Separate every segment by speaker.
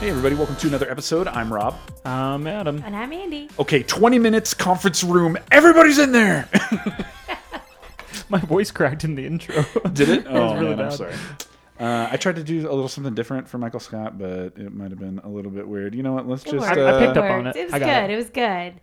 Speaker 1: Hey, everybody, welcome to another episode. I'm Rob.
Speaker 2: I'm Adam.
Speaker 3: And I'm Andy.
Speaker 1: Okay, 20 minutes, conference room. Everybody's in there.
Speaker 2: My voice cracked in the intro.
Speaker 1: Did it? Oh,
Speaker 2: was really
Speaker 1: man, I'm
Speaker 2: bad.
Speaker 1: sorry. Uh, I tried to do a little something different for Michael Scott, but it might have been a little bit weird. You know what? Let's
Speaker 3: It
Speaker 1: just.
Speaker 3: worked.
Speaker 1: uh,
Speaker 2: I picked up
Speaker 3: It
Speaker 2: on
Speaker 3: worked.
Speaker 2: it.
Speaker 3: was
Speaker 2: I got
Speaker 3: good.
Speaker 2: it.
Speaker 3: It was good.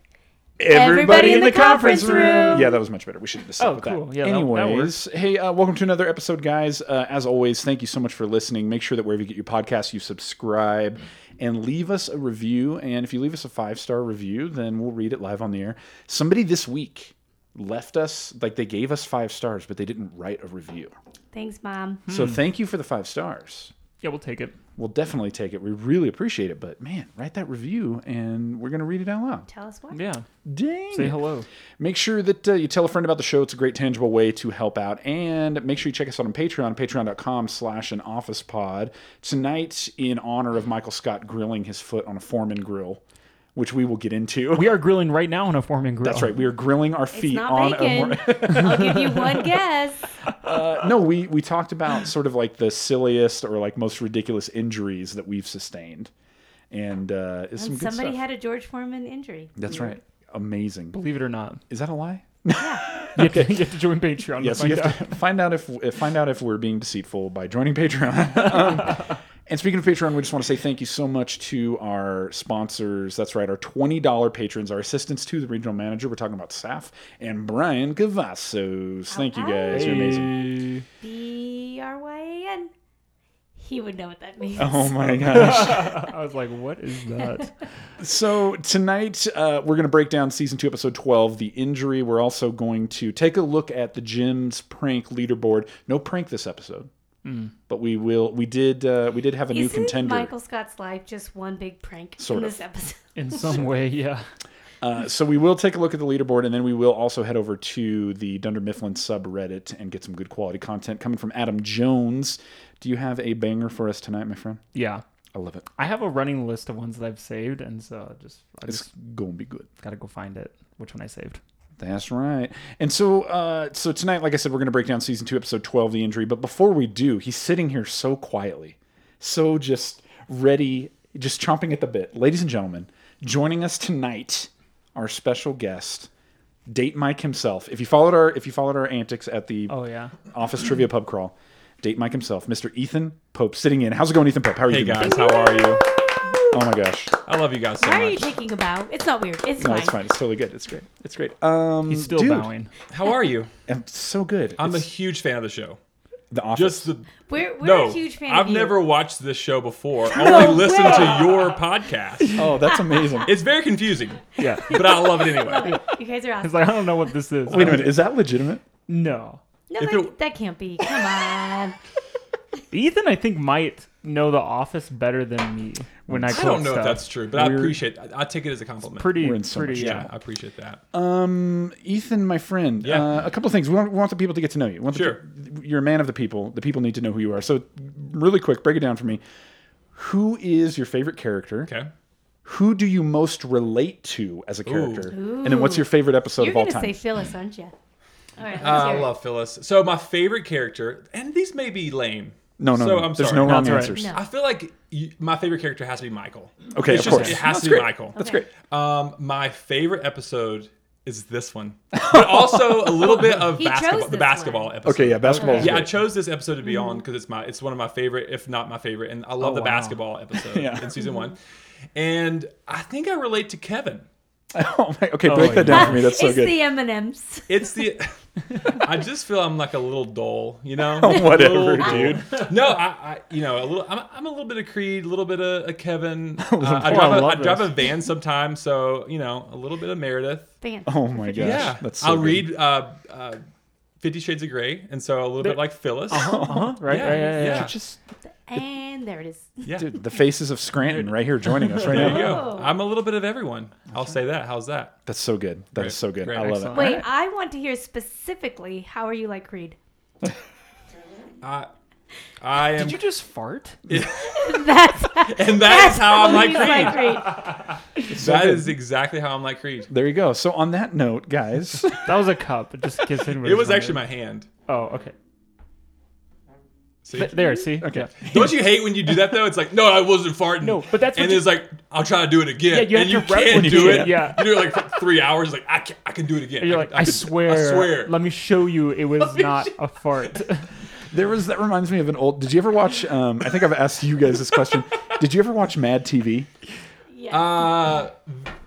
Speaker 1: everybody,
Speaker 3: in the conference room.
Speaker 1: Yeah, that was much better. We should have just stuck
Speaker 2: Oh,
Speaker 1: with
Speaker 2: cool.
Speaker 1: that.
Speaker 2: Yeah, that- that
Speaker 1: Anyways, hey, uh, welcome to another episode, guys. Uh, as always, thank you so much for listening. Make sure that wherever you get your podcasts, you subscribe and leave us a review. And if you leave us a five star review, then we'll read it live on the air. Somebody this week left us like they gave us five stars, but they didn't write a review.
Speaker 3: Thanks, Mom.
Speaker 1: So thank you for the five stars.
Speaker 2: Yeah, we'll take it.
Speaker 1: We'll definitely take it. We really appreciate it. But man, write that review, and we're gonna read it out loud.
Speaker 3: Tell us what.
Speaker 2: Yeah.
Speaker 1: Dang.
Speaker 2: Say
Speaker 1: it.
Speaker 2: hello.
Speaker 1: Make sure that uh, you tell a friend about the show. It's a great tangible way to help out. And make sure you check us out on Patreon, patreon.com slash an office pod. Tonight, in honor of Michael Scott grilling his foot on a Foreman grill, which we will get into.
Speaker 2: We are grilling right now on a Foreman grill.
Speaker 1: That's right. We are grilling our
Speaker 3: It's
Speaker 1: feet on
Speaker 3: not bacon.
Speaker 1: a.
Speaker 3: I'll give you one guess.
Speaker 1: Uh, no, we, we talked about sort of like the silliest or like most ridiculous injuries that we've sustained. And uh, it's some
Speaker 3: And
Speaker 1: good
Speaker 3: somebody
Speaker 1: stuff.
Speaker 3: had a George Foreman injury.
Speaker 1: That's right. Amazing.
Speaker 2: Believe it or not.
Speaker 1: Is that a lie?
Speaker 2: You have, to, you have to join Patreon.
Speaker 1: Yes,
Speaker 2: to find
Speaker 1: you
Speaker 2: out.
Speaker 1: have to find out if if- find out if we're being deceitful by joining Patreon. Um, and speaking of Patreon, we just want to say thank you so much to our sponsors. That's right, our twenty dollar patrons, our assistants to the regional manager. We're talking about Saf and Brian Cavazos. Thank you guys, you're amazing.
Speaker 2: Hey.
Speaker 3: B R Y A N. He would know what that means.
Speaker 1: Oh my gosh!
Speaker 2: I was like, what is that?
Speaker 1: so tonight uh, we're going to break down season two, episode twelve, the injury. We're also going to take a look at the Jim's prank leaderboard. No prank this episode, but we will. We did. Uh, we did have a new
Speaker 3: Isn't
Speaker 1: contender.
Speaker 3: Michael Scott's life just one big prank
Speaker 1: Sort
Speaker 3: in
Speaker 1: of.
Speaker 3: this episode?
Speaker 2: In some way, yeah.
Speaker 1: Uh, so we will take a look at the leaderboard, and then we will also head over to the Dunder Mifflin subreddit and get some good quality content coming from Adam Jones. Do you have a banger for us tonight, my friend?
Speaker 2: Yeah.
Speaker 1: I love it.
Speaker 2: I have a running list of ones that I've saved, and so I just I
Speaker 1: It's
Speaker 2: just
Speaker 1: gonna be good.
Speaker 2: got to go find it. Which one I saved?
Speaker 1: That's right. And so, uh, so tonight, like I said, we're gonna break down season two, episode twelve, the injury. But before we do, he's sitting here so quietly, so just ready, just chomping at the bit. Ladies and gentlemen, joining us tonight, our special guest. Date Mike himself. If you followed our if you followed our antics at the
Speaker 2: Oh yeah.
Speaker 1: Office Trivia Pub Crawl. Date Mike himself, Mr. Ethan Pope, sitting in. How's it going, Ethan Pope? How are
Speaker 4: Hey
Speaker 1: you doing?
Speaker 4: guys, how are you?
Speaker 1: Oh my gosh,
Speaker 4: I love you guys so
Speaker 3: Why are you
Speaker 4: much.
Speaker 3: taking a bow? It's not weird. It's
Speaker 1: no,
Speaker 3: fine.
Speaker 1: it's fine. It's totally good. It's great. It's great. Um,
Speaker 2: He's still
Speaker 1: dude,
Speaker 2: bowing.
Speaker 4: How are you?
Speaker 1: I'm so good.
Speaker 4: I'm a
Speaker 1: It's
Speaker 4: huge fan of the show.
Speaker 1: the office.
Speaker 4: Just the
Speaker 3: We're, we're
Speaker 4: no,
Speaker 3: a huge fan of
Speaker 4: I've
Speaker 3: you.
Speaker 4: never watched this show before. Only listened to your podcast.
Speaker 1: oh, that's amazing.
Speaker 4: It's very confusing,
Speaker 2: Yeah.
Speaker 4: but I love it anyway.
Speaker 3: You guys are
Speaker 2: It's
Speaker 3: awesome.
Speaker 2: like I don't know what this is.
Speaker 1: Wait a minute, is that legitimate?
Speaker 2: No.
Speaker 3: No,
Speaker 4: if
Speaker 3: that,
Speaker 4: it-
Speaker 3: that can't be. Come on.
Speaker 2: Ethan, I think might know The Office better than me when I.
Speaker 4: I
Speaker 2: quote
Speaker 4: don't know
Speaker 2: stuff.
Speaker 4: if that's true, but I
Speaker 1: We're-
Speaker 4: appreciate. I, I take it as a compliment.
Speaker 2: pretty.
Speaker 1: We're in so
Speaker 2: pretty.
Speaker 1: much
Speaker 2: yeah.
Speaker 4: yeah, I appreciate that.
Speaker 1: Um, Ethan, my friend.
Speaker 4: Yeah.
Speaker 1: Uh, a couple of things. We want, we want the people to get to know you. We want the
Speaker 4: Sure.
Speaker 1: pe- you're a man of the people. The people need to know who you are. So, really quick, break it down for me. Who is your favorite character?
Speaker 4: okay.
Speaker 1: Who do you most relate to as a character? And then what's your favorite episode
Speaker 3: You're
Speaker 1: of all
Speaker 3: going to
Speaker 1: time?
Speaker 3: say Phyllis, aren't you? All right. Let's
Speaker 4: I
Speaker 3: hear it.
Speaker 4: love Phyllis. So my favorite character, and these may be lame.
Speaker 1: No, no,
Speaker 4: So
Speaker 1: no.
Speaker 4: I'm
Speaker 1: There's
Speaker 4: sorry.
Speaker 1: no wrong
Speaker 2: That's right.
Speaker 1: answers.
Speaker 3: No.
Speaker 4: I feel like you, my favorite character has to be Michael.
Speaker 1: Okay,
Speaker 4: it's
Speaker 1: of
Speaker 4: just,
Speaker 1: course.
Speaker 4: It has
Speaker 1: That's
Speaker 4: to be
Speaker 1: great.
Speaker 4: Michael.
Speaker 1: That's
Speaker 3: Okay.
Speaker 1: great.
Speaker 4: Um, my favorite episode is this one, but also a little bit of
Speaker 3: He chose
Speaker 4: basketball, the
Speaker 3: this
Speaker 4: basketball
Speaker 3: one. Mm-hmm.
Speaker 4: episode.
Speaker 1: Okay, yeah, basketball. is
Speaker 4: Yeah, I
Speaker 1: great.
Speaker 4: chose this episode to be on because it's my it's one of my favorite, if not my favorite, and I love
Speaker 2: Oh,
Speaker 4: the
Speaker 2: wow.
Speaker 4: basketball episode
Speaker 1: Yeah.
Speaker 4: in season one. And I think I relate to Kevin.
Speaker 1: Oh my, okay,
Speaker 2: Oh,
Speaker 1: break that down
Speaker 2: yeah.
Speaker 1: for me. That's so
Speaker 3: it's
Speaker 1: good.
Speaker 3: the M&M's.
Speaker 4: It's the I just feel I'm like a little dull, you know.
Speaker 1: Whatever,
Speaker 4: Little dull.
Speaker 1: Oh, dude.
Speaker 4: No, I, I you know a little. I'm, I'm a little bit of Creed, a little bit of, of Kevin. Uh, I,
Speaker 1: boy,
Speaker 4: drive
Speaker 1: I
Speaker 4: a, I
Speaker 1: love
Speaker 4: drive
Speaker 1: this.
Speaker 4: a van sometimes, so you know a little bit of Meredith.
Speaker 3: Fan.
Speaker 1: oh my gosh.
Speaker 4: yeah,
Speaker 1: That's so
Speaker 4: I'll
Speaker 1: good.
Speaker 4: read uh, uh, Fifty Shades of Grey, and so a little bit like Phyllis.
Speaker 2: Uh-huh, right,
Speaker 4: Yeah,
Speaker 2: right, yeah, yeah,
Speaker 4: yeah.
Speaker 2: yeah.
Speaker 1: Just
Speaker 3: And there it is.
Speaker 4: Yeah,
Speaker 1: dude, the faces of Scranton right here joining us right
Speaker 4: there you
Speaker 1: now.
Speaker 4: go.
Speaker 3: Oh.
Speaker 4: I'm a little bit of everyone. I'll say that. How's that?
Speaker 1: That's so good. That is so good.
Speaker 4: Great,
Speaker 1: I love
Speaker 2: excellent.
Speaker 3: Wait,
Speaker 2: Alright.
Speaker 3: I want to hear specifically how are you like Creed?
Speaker 4: I I am,
Speaker 2: Did you just fart?
Speaker 3: That's
Speaker 4: and that is how I'm like
Speaker 3: he's
Speaker 4: Creed.
Speaker 3: like Creed.
Speaker 1: it. So
Speaker 4: That
Speaker 1: good.
Speaker 4: is exactly how I'm like Creed.
Speaker 1: There you go. So on that note, guys,
Speaker 2: That was a cup. Just in case anybody.
Speaker 4: It was actually my hand.
Speaker 2: Oh, okay.
Speaker 4: See?
Speaker 2: Oh, Th- there, see?
Speaker 1: Okay.
Speaker 2: Yeah.
Speaker 4: Don't you hate when you do that though? It's like, no, I wasn't farting.
Speaker 2: No, but that's
Speaker 4: and
Speaker 2: what you-
Speaker 4: it's like, I'll try to do it again.
Speaker 2: Yeah, you have
Speaker 4: and you
Speaker 2: to rep
Speaker 4: can't
Speaker 2: when you
Speaker 4: do
Speaker 2: do
Speaker 4: it.
Speaker 2: it, yeah.
Speaker 4: you do it like for three hours. Like I can, I can do it again.
Speaker 2: And you're like,
Speaker 4: can-
Speaker 2: I
Speaker 4: can-
Speaker 2: swear,
Speaker 4: I swear.
Speaker 2: Let me show you it was not a fart.
Speaker 1: There was that reminds me of an old. Did you ever watch? Um, I think I've asked you guys this question. did you ever watch Mad TV?
Speaker 3: Yeah.
Speaker 4: uh,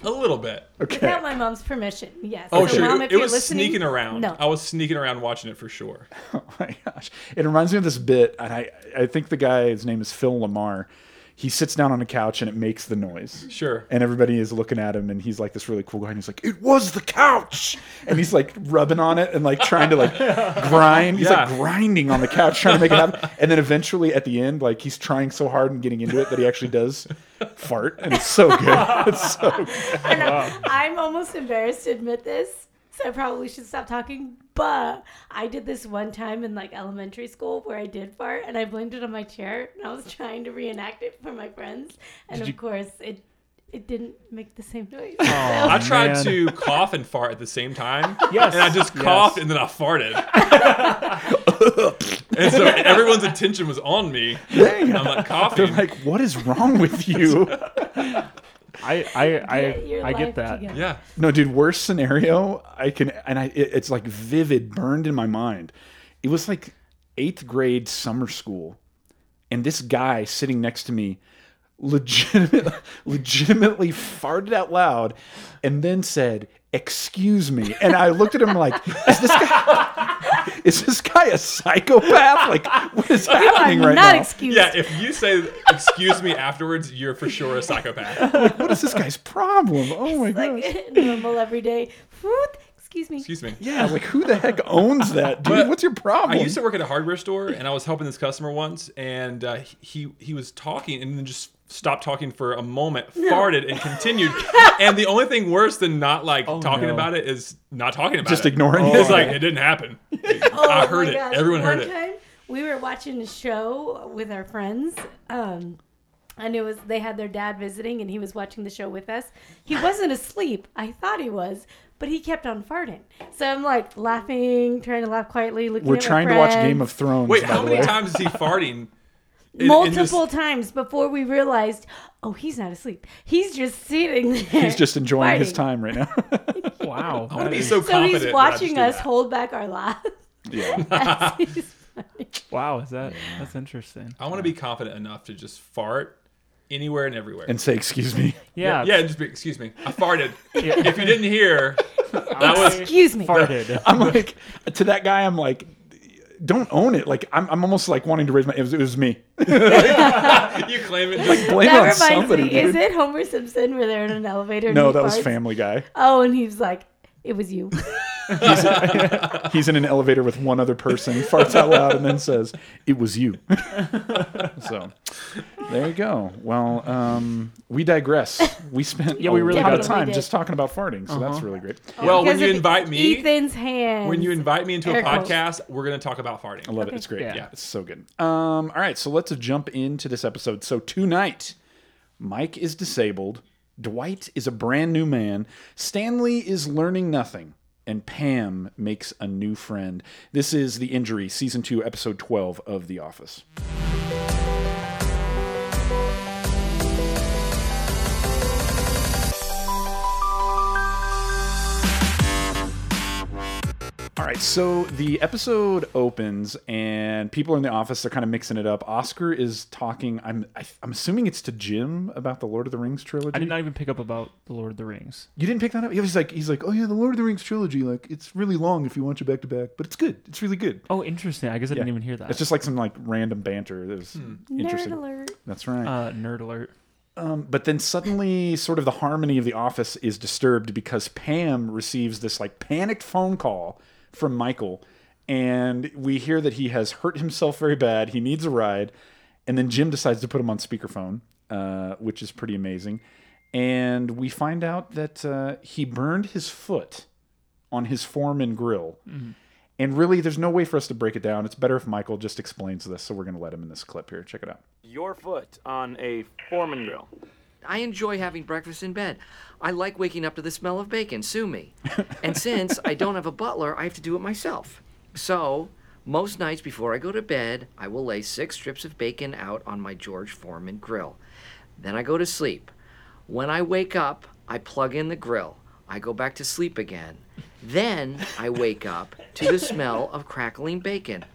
Speaker 4: a little bit.
Speaker 1: Okay.
Speaker 3: Without my mom's permission, yes.
Speaker 4: Oh,
Speaker 3: so
Speaker 4: sure.
Speaker 3: Mom,
Speaker 4: it
Speaker 3: if
Speaker 4: it
Speaker 3: you're
Speaker 4: was
Speaker 3: listening,
Speaker 4: sneaking around. Oh,
Speaker 3: No.
Speaker 4: I was sneaking around watching it for sure.
Speaker 1: Oh my gosh, it reminds me of this bit, and I I think the guy's name is Phil Lamar. He sits down on a couch and it makes the noise.
Speaker 4: Sure.
Speaker 1: And everybody is looking at him, and he's like this really cool guy, and he's like, "It was the couch," and he's like rubbing on it and like trying to like grind. He's
Speaker 4: Yeah.
Speaker 1: like grinding on the couch trying to make it happen. And then eventually at the end, like he's trying so hard and getting into it that he actually does fart, and it's so good. It's so good.
Speaker 3: And I'm- I'm almost embarrassed to admit this, so I probably should stop talking. But I did this one time in like elementary school where I did fart and I blamed it on my chair and I was trying to reenact it for my friends. And
Speaker 2: Did
Speaker 3: of
Speaker 2: you-
Speaker 3: course, it it didn't make the same noise.
Speaker 4: I
Speaker 2: Oh,
Speaker 4: tried
Speaker 2: man.
Speaker 4: to cough and fart at the same time.
Speaker 2: Yes,
Speaker 4: And I just
Speaker 2: yes.
Speaker 4: coughed and then I farted. and so everyone's attention was on me.
Speaker 1: Dang.
Speaker 4: I'm like
Speaker 1: They're
Speaker 4: coughing.
Speaker 1: like, what is wrong with you?
Speaker 2: I, I,
Speaker 3: Get
Speaker 2: I,
Speaker 3: your
Speaker 2: I
Speaker 3: life
Speaker 2: get that.
Speaker 3: together.
Speaker 4: yeah.
Speaker 1: No, dude, worst scenario, I can, and I, it, it's like vivid, burned in my mind. It was like eighth grade summer school, and this guy sitting next to me legitimate, legitimately farted out loud and then said, Excuse me. And I looked at him like, Is this guy, is this guy a psychopath? Like, what is
Speaker 3: I'm
Speaker 1: happening right
Speaker 3: not
Speaker 1: now?
Speaker 3: excused.
Speaker 4: Yeah, if you say excuse me afterwards, you're for sure a psychopath.
Speaker 1: Like, what is this guy's problem? Oh my gosh.
Speaker 3: like normal everyday. Whoop, Excuse me.
Speaker 4: Excuse me.
Speaker 1: Yeah, like who the heck owns that, dude?
Speaker 4: But
Speaker 1: What's your
Speaker 4: I
Speaker 1: problem?
Speaker 4: used to work at a hardware store, and I was helping this customer once, and uh, he he was talking, and then just stopped talking for a moment, farted, and continued. and the only thing worse than not like talking
Speaker 2: Oh, no.
Speaker 4: about it is not talking about
Speaker 1: Just
Speaker 4: it.
Speaker 1: ignoring it.
Speaker 4: It's like it didn't happen. I heard
Speaker 3: Oh my
Speaker 4: it.
Speaker 3: gosh.
Speaker 4: Everyone heard
Speaker 3: One
Speaker 4: it.
Speaker 3: Time, we were watching a show with our friends. Um, and it was they had their dad visiting, and he was watching the show with us. He wasn't asleep. I thought he was, but he kept on farting. So I'm like laughing, trying to laugh quietly. Looking
Speaker 1: We're
Speaker 3: at my
Speaker 1: trying to watch Game
Speaker 3: friends.
Speaker 1: of Thrones.
Speaker 4: Wait,
Speaker 1: by
Speaker 4: how
Speaker 1: the
Speaker 4: many
Speaker 1: way.
Speaker 4: times is he farting? in- in this-
Speaker 3: multiple times before we realized, oh, he's not asleep. He's just sitting there.
Speaker 1: He's just enjoying his
Speaker 3: farting.
Speaker 1: time right now.
Speaker 2: Wow.
Speaker 4: I want
Speaker 2: that
Speaker 4: to be
Speaker 2: is-
Speaker 4: so
Speaker 3: So
Speaker 4: confident.
Speaker 3: he's
Speaker 4: that I just
Speaker 3: watching
Speaker 4: do
Speaker 3: us
Speaker 4: that.
Speaker 3: hold back our laugh.
Speaker 1: yeah.
Speaker 3: as he's farting.
Speaker 2: wow, is that that's interesting.
Speaker 4: I want to be confident enough to just fart anywhere and everywhere.
Speaker 1: And say, excuse me.
Speaker 2: Yeah.
Speaker 4: yeah, just be, excuse me. I farted.
Speaker 2: Yeah.
Speaker 4: If you didn't hear, that was
Speaker 3: Excuse me.
Speaker 2: farted.
Speaker 1: I'm like, to that guy, I'm like, don't own it. Like, I'm, I'm almost like wanting to raise my, it was, it was me.
Speaker 4: you claim it. Just,
Speaker 1: Blame it
Speaker 3: that
Speaker 1: on
Speaker 3: reminds
Speaker 1: somebody,
Speaker 3: me.
Speaker 1: dude.
Speaker 3: Is it Homer Simpson where they're in an elevator? and
Speaker 1: no,
Speaker 3: he
Speaker 1: that was
Speaker 3: farts?
Speaker 1: Family Guy.
Speaker 3: Oh, and he's like, "It was you."
Speaker 1: He's in an elevator with one other person, farts out loud, and then says, it was you. so there you go. Well, um, we digress. We spent
Speaker 2: Yeah, we
Speaker 1: a
Speaker 2: really
Speaker 1: lot of
Speaker 3: did. Uh-huh.
Speaker 1: time
Speaker 3: Definitely
Speaker 1: just talking about farting, so that's really great.
Speaker 4: well, when
Speaker 3: Because
Speaker 4: you
Speaker 3: of
Speaker 4: invite me,
Speaker 3: Ethan's hand.
Speaker 4: when you invite me into a
Speaker 3: Air quotes.
Speaker 4: podcast, we're gonna talk about farting.
Speaker 1: I love it. It's great. Yeah.
Speaker 2: Yeah.
Speaker 1: it's so good. Um, all right, so let's jump into this episode. So tonight, Mike is disabled. Dwight is a brand new man. Stanley is learning nothing. And Pam makes a new friend. This is The Injury, Season 2, Episode 12 of The Office. All right, so the episode opens and people are in the office. They're kind of mixing it up. Oscar is talking. I'm I, I'm assuming it's to Jim about the Lord of the Rings trilogy.
Speaker 2: I did not even pick up about the Lord of the Rings.
Speaker 1: You didn't pick that up. He was like he's like, oh yeah, the Lord of the Rings trilogy. Like it's really long if you watch it back to back, but it's good. It's really good.
Speaker 2: Oh, interesting. I guess I didn't even hear that.
Speaker 1: It's just like some like random banter that was
Speaker 3: nerd
Speaker 1: interesting.
Speaker 3: alert.
Speaker 1: That's right.
Speaker 2: uh, nerd alert.
Speaker 1: Um, but then suddenly, sort of the harmony of the office is disturbed because Pam receives this like panicked phone call from Michael, and we hear that he has hurt himself very bad. He needs a ride, and then Jim decides to put him on speakerphone, uh, which is pretty amazing. And we find out that uh, he burned his foot on his Foreman grill. And really, there's no way for us to break it down. It's better if Michael just explains this. So we're going to let him in this clip here. Check it out.
Speaker 5: your foot on a foreman grill.
Speaker 6: I enjoy having breakfast in bed. I like waking up to the smell of bacon. Sue me. And since I don't have a butler, I have to do it myself. So Most nights before I go to bed, I will lay six strips of bacon out on my George Foreman grill. Then I go to sleep. When I wake up, I plug in the grill. I go back to sleep again. Then I wake up to the smell of crackling bacon.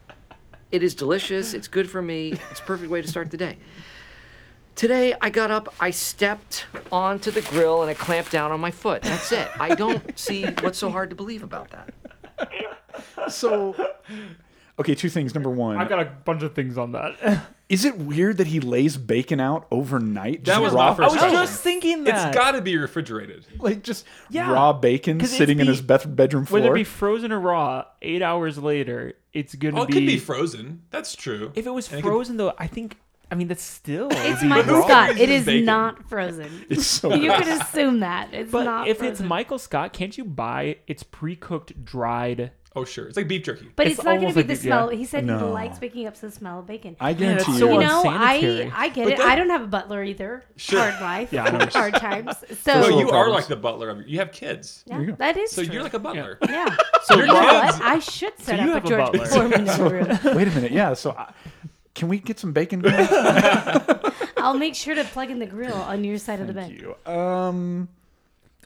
Speaker 6: It is delicious. It's good for me. It's a perfect way to start the day. Today I got up, I stepped onto the grill, and I clamped down on my foot. That's it. I don't see what's so hard to believe about that.
Speaker 1: So, okay, two things. Number one,
Speaker 2: I've got a bunch of things on that.
Speaker 1: is it weird that he lays bacon out overnight?
Speaker 4: That
Speaker 1: Just
Speaker 4: was
Speaker 1: raw,
Speaker 4: my first
Speaker 2: I was
Speaker 4: question.
Speaker 2: just thinking that.
Speaker 4: It's got to be refrigerated.
Speaker 1: like just
Speaker 2: Yeah.
Speaker 1: raw bacon
Speaker 2: 'Cause it'd
Speaker 1: sitting in
Speaker 2: be-
Speaker 1: his beth- bedroom floor.
Speaker 2: whether it be frozen or raw, eight hours later, it's gonna
Speaker 4: Oh, it
Speaker 2: be.
Speaker 4: could be frozen. That's true.
Speaker 2: if it was
Speaker 4: And
Speaker 2: frozen, though, I think. I mean, that's still.
Speaker 3: It's
Speaker 2: be
Speaker 3: Michael
Speaker 2: raw.
Speaker 3: Scott. It
Speaker 4: Bacon.
Speaker 3: is not frozen.
Speaker 1: it's so
Speaker 3: You
Speaker 1: good.
Speaker 3: could assume that it's
Speaker 2: But
Speaker 3: not.
Speaker 2: if it's
Speaker 3: frozen.
Speaker 2: Michael Scott, can't you buy its pre-cooked, dried?
Speaker 4: Oh, sure. It's like beef jerky.
Speaker 3: But
Speaker 2: It's
Speaker 3: it's, not going
Speaker 2: almost
Speaker 3: to be
Speaker 2: like
Speaker 3: the
Speaker 2: it-
Speaker 3: smell.
Speaker 2: yeah.
Speaker 3: He said
Speaker 1: No.
Speaker 3: he likes waking up to the smell of bacon.
Speaker 1: I guarantee
Speaker 2: that's
Speaker 1: you.
Speaker 2: so
Speaker 3: you know,
Speaker 2: unsanitary.
Speaker 3: I I get it.
Speaker 4: that-
Speaker 3: I don't have a butler either.
Speaker 4: Sure.
Speaker 3: Hard life.
Speaker 2: Yeah, I know.
Speaker 3: hard times. So
Speaker 4: No,
Speaker 1: Personal
Speaker 4: you are
Speaker 1: problems.
Speaker 4: like the butler. of You have kids.
Speaker 3: yeah,
Speaker 1: you go.
Speaker 3: that is
Speaker 4: So
Speaker 3: true.
Speaker 4: you're like a butler.
Speaker 3: yeah.
Speaker 2: So
Speaker 4: Your
Speaker 3: You know
Speaker 4: kids-
Speaker 3: what? I should set
Speaker 2: you have
Speaker 3: up
Speaker 2: a
Speaker 3: a George
Speaker 2: butler.
Speaker 3: Foreman in the room.
Speaker 1: Wait a minute. Yeah. So, I, can we get some bacon? Going?
Speaker 3: I'll make sure to plug in the grill on your side of the bed.
Speaker 1: Um.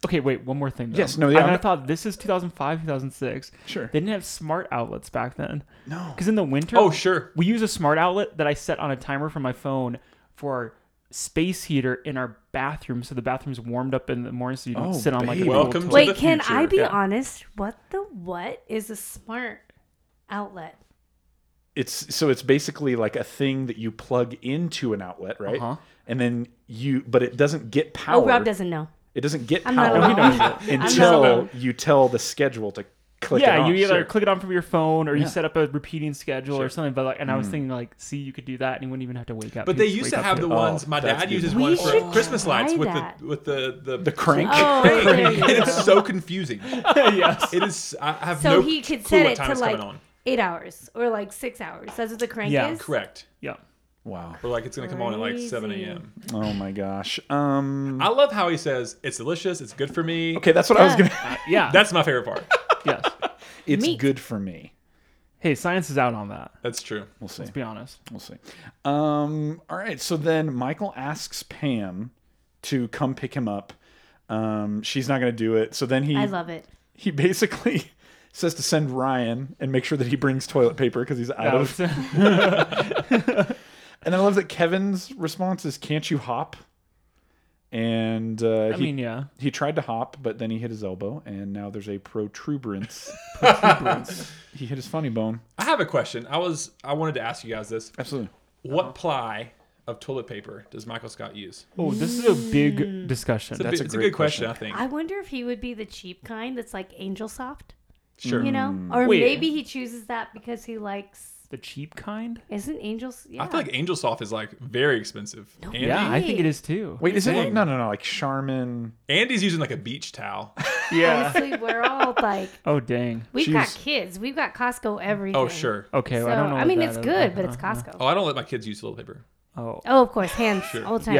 Speaker 2: Okay, wait, one more thing. Though.
Speaker 1: Yes, no, yeah,
Speaker 2: I, mean,
Speaker 1: I'm-
Speaker 2: I thought this is 2005, 2006.
Speaker 1: Sure.
Speaker 2: They didn't have smart outlets back then.
Speaker 1: No.
Speaker 2: Because in the winter.
Speaker 4: Oh, sure.
Speaker 2: We use a smart outlet that I set on a timer from my phone for our space heater in our bathroom, so the bathroom's warmed up in the morning, so you don't
Speaker 1: Oh,
Speaker 2: sit on like
Speaker 1: babe.
Speaker 2: a big old
Speaker 4: Welcome to
Speaker 2: toilet.
Speaker 4: the
Speaker 3: Wait, can
Speaker 4: future.
Speaker 3: I be
Speaker 4: Yeah.
Speaker 3: honest? What the what is a smart outlet?
Speaker 1: It's so it's basically like a thing that you plug into an outlet, right?
Speaker 2: Uh-huh.
Speaker 1: And then you, but it doesn't get power.
Speaker 3: Oh, Rob doesn't know.
Speaker 1: It doesn't get
Speaker 3: I'm not
Speaker 1: power
Speaker 3: allowed. I'm not
Speaker 1: until
Speaker 3: allowed.
Speaker 1: you tell the schedule to click. it
Speaker 2: yeah,
Speaker 1: on.
Speaker 2: you either
Speaker 1: Sure.
Speaker 2: click it on from your phone or you
Speaker 1: Yeah. Mm.
Speaker 2: set up a repeating schedule or something. But like, and I was thinking like, see, you could do that, and you wouldn't even have to wake up.
Speaker 4: But
Speaker 2: You
Speaker 4: they
Speaker 2: just
Speaker 4: used
Speaker 2: wake
Speaker 4: to
Speaker 2: up
Speaker 4: have
Speaker 2: to
Speaker 4: the
Speaker 2: it.
Speaker 4: ones. My
Speaker 1: that's
Speaker 4: dad
Speaker 1: good.
Speaker 4: uses
Speaker 3: We
Speaker 4: one for
Speaker 3: should
Speaker 4: Christmas
Speaker 3: try
Speaker 4: lights with the
Speaker 3: that.
Speaker 4: with the the,
Speaker 1: the crank.
Speaker 3: Oh, there you
Speaker 4: and
Speaker 3: go.
Speaker 4: it's so confusing.
Speaker 2: yes.
Speaker 4: It is. I have
Speaker 3: So
Speaker 4: no
Speaker 3: he could
Speaker 4: clue
Speaker 3: set
Speaker 4: what
Speaker 3: it
Speaker 4: time
Speaker 3: to
Speaker 4: it's
Speaker 3: like
Speaker 4: coming on.
Speaker 3: eight hours or like six hours. That's what the crank
Speaker 2: Yeah.
Speaker 3: is.
Speaker 4: Correct.
Speaker 2: Yeah.
Speaker 1: Wow.
Speaker 4: Or like it's gonna come on at like seven
Speaker 3: Crazy.
Speaker 4: a.m.
Speaker 1: Oh my gosh. Um.
Speaker 4: I love how he says it's delicious. It's good for me.
Speaker 1: Okay, that's what I was
Speaker 3: Yeah.
Speaker 1: gonna.
Speaker 2: Yeah.
Speaker 4: That's my favorite part.
Speaker 2: yes.
Speaker 1: It's
Speaker 3: Meat.
Speaker 1: good for me.
Speaker 2: Hey, science is out on that.
Speaker 4: That's true.
Speaker 1: We'll see.
Speaker 2: Let's be honest.
Speaker 1: We'll see. Um, all right. So then Michael asks Pam to come pick him up. Um, she's not going to do it. So then he
Speaker 3: I love it.
Speaker 1: he basically says to send Ryan and make sure that he brings toilet paper because he's out of. And I love that Kevin's response is, "Can't you hop?" And uh,
Speaker 2: I
Speaker 1: he,
Speaker 2: mean, yeah.
Speaker 1: he tried to hop, but then he hit his elbow, and now there's a protuberance. he hit his funny bone.
Speaker 4: I have a question. I was I wanted to ask you guys this.
Speaker 1: Absolutely. Uh-huh.
Speaker 4: What ply of toilet paper does Michael Scott use?
Speaker 2: Oh, this is a big discussion.
Speaker 4: It's a,
Speaker 1: That's
Speaker 4: bi-
Speaker 1: a
Speaker 4: it's a
Speaker 1: great
Speaker 4: good question, I think.
Speaker 3: I wonder if he would be the cheap kind that's like Angel Soft,
Speaker 4: Sure.
Speaker 3: you know? Or
Speaker 2: Wait.
Speaker 3: maybe he chooses that because he likes
Speaker 2: the cheap kind?
Speaker 3: isn't Angel yeah.
Speaker 4: I feel like Angel Soft is like very expensive. Andy,
Speaker 2: Yeah, I think
Speaker 3: Hey.
Speaker 2: it is too.
Speaker 1: Wait, is it like no, no, no, like Charmin?
Speaker 4: Andy's using like a beach towel.
Speaker 3: honestly we're all like
Speaker 2: Oh dang.
Speaker 3: we've got
Speaker 1: Jeez.
Speaker 3: kids. We've got Costco everything.
Speaker 4: Oh sure.
Speaker 2: Okay,
Speaker 3: So,
Speaker 2: I don't know. what
Speaker 3: mean,
Speaker 2: that
Speaker 3: it's
Speaker 2: is.
Speaker 3: good, but it's
Speaker 2: Uh-huh.
Speaker 3: Costco.
Speaker 4: Oh, I don't let my kids use toilet paper.
Speaker 2: Oh.
Speaker 3: Oh, of course, hands all the time.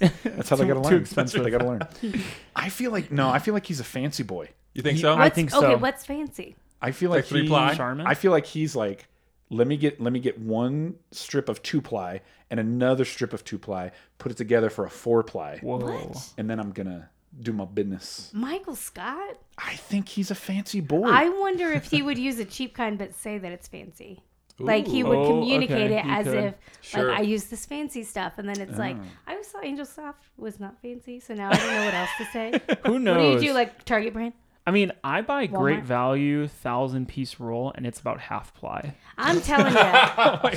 Speaker 2: Yeah.
Speaker 1: That's how they got to learn.
Speaker 2: too
Speaker 1: That's how they got to learn. I feel like no. I feel like he's a fancy boy.
Speaker 4: You think
Speaker 2: He-
Speaker 4: so?
Speaker 2: I
Speaker 3: What's,
Speaker 2: think
Speaker 3: Okay,
Speaker 2: so.
Speaker 3: what's fancy?
Speaker 1: I feel like,
Speaker 4: three
Speaker 1: he-
Speaker 4: ply?
Speaker 2: Charmin?
Speaker 1: I feel like he's like let me get let me get one strip of two ply and another strip of two ply, put it together for a four ply,
Speaker 2: Uh-huh. Whoa.
Speaker 1: and then I'm gonna do my business.
Speaker 3: Michael Scott?
Speaker 1: I think he's a fancy
Speaker 2: Oh.
Speaker 1: boy.
Speaker 3: I wonder if he would use a cheap kind but say that it's fancy. Like he would
Speaker 2: Oh,
Speaker 3: communicate
Speaker 2: okay,
Speaker 3: it
Speaker 2: he
Speaker 3: as
Speaker 2: could. Oh.
Speaker 3: if
Speaker 4: Sure.
Speaker 3: like I use this fancy stuff and then it's like I always thought Angel Soft was not fancy, so now I don't know what else to say.
Speaker 2: Who
Speaker 3: What do
Speaker 2: knows?
Speaker 3: you do like Target brand?
Speaker 2: I mean, I buy great
Speaker 3: Walmart?
Speaker 2: value thousand piece roll, and it's about half ply.
Speaker 3: I'm telling you,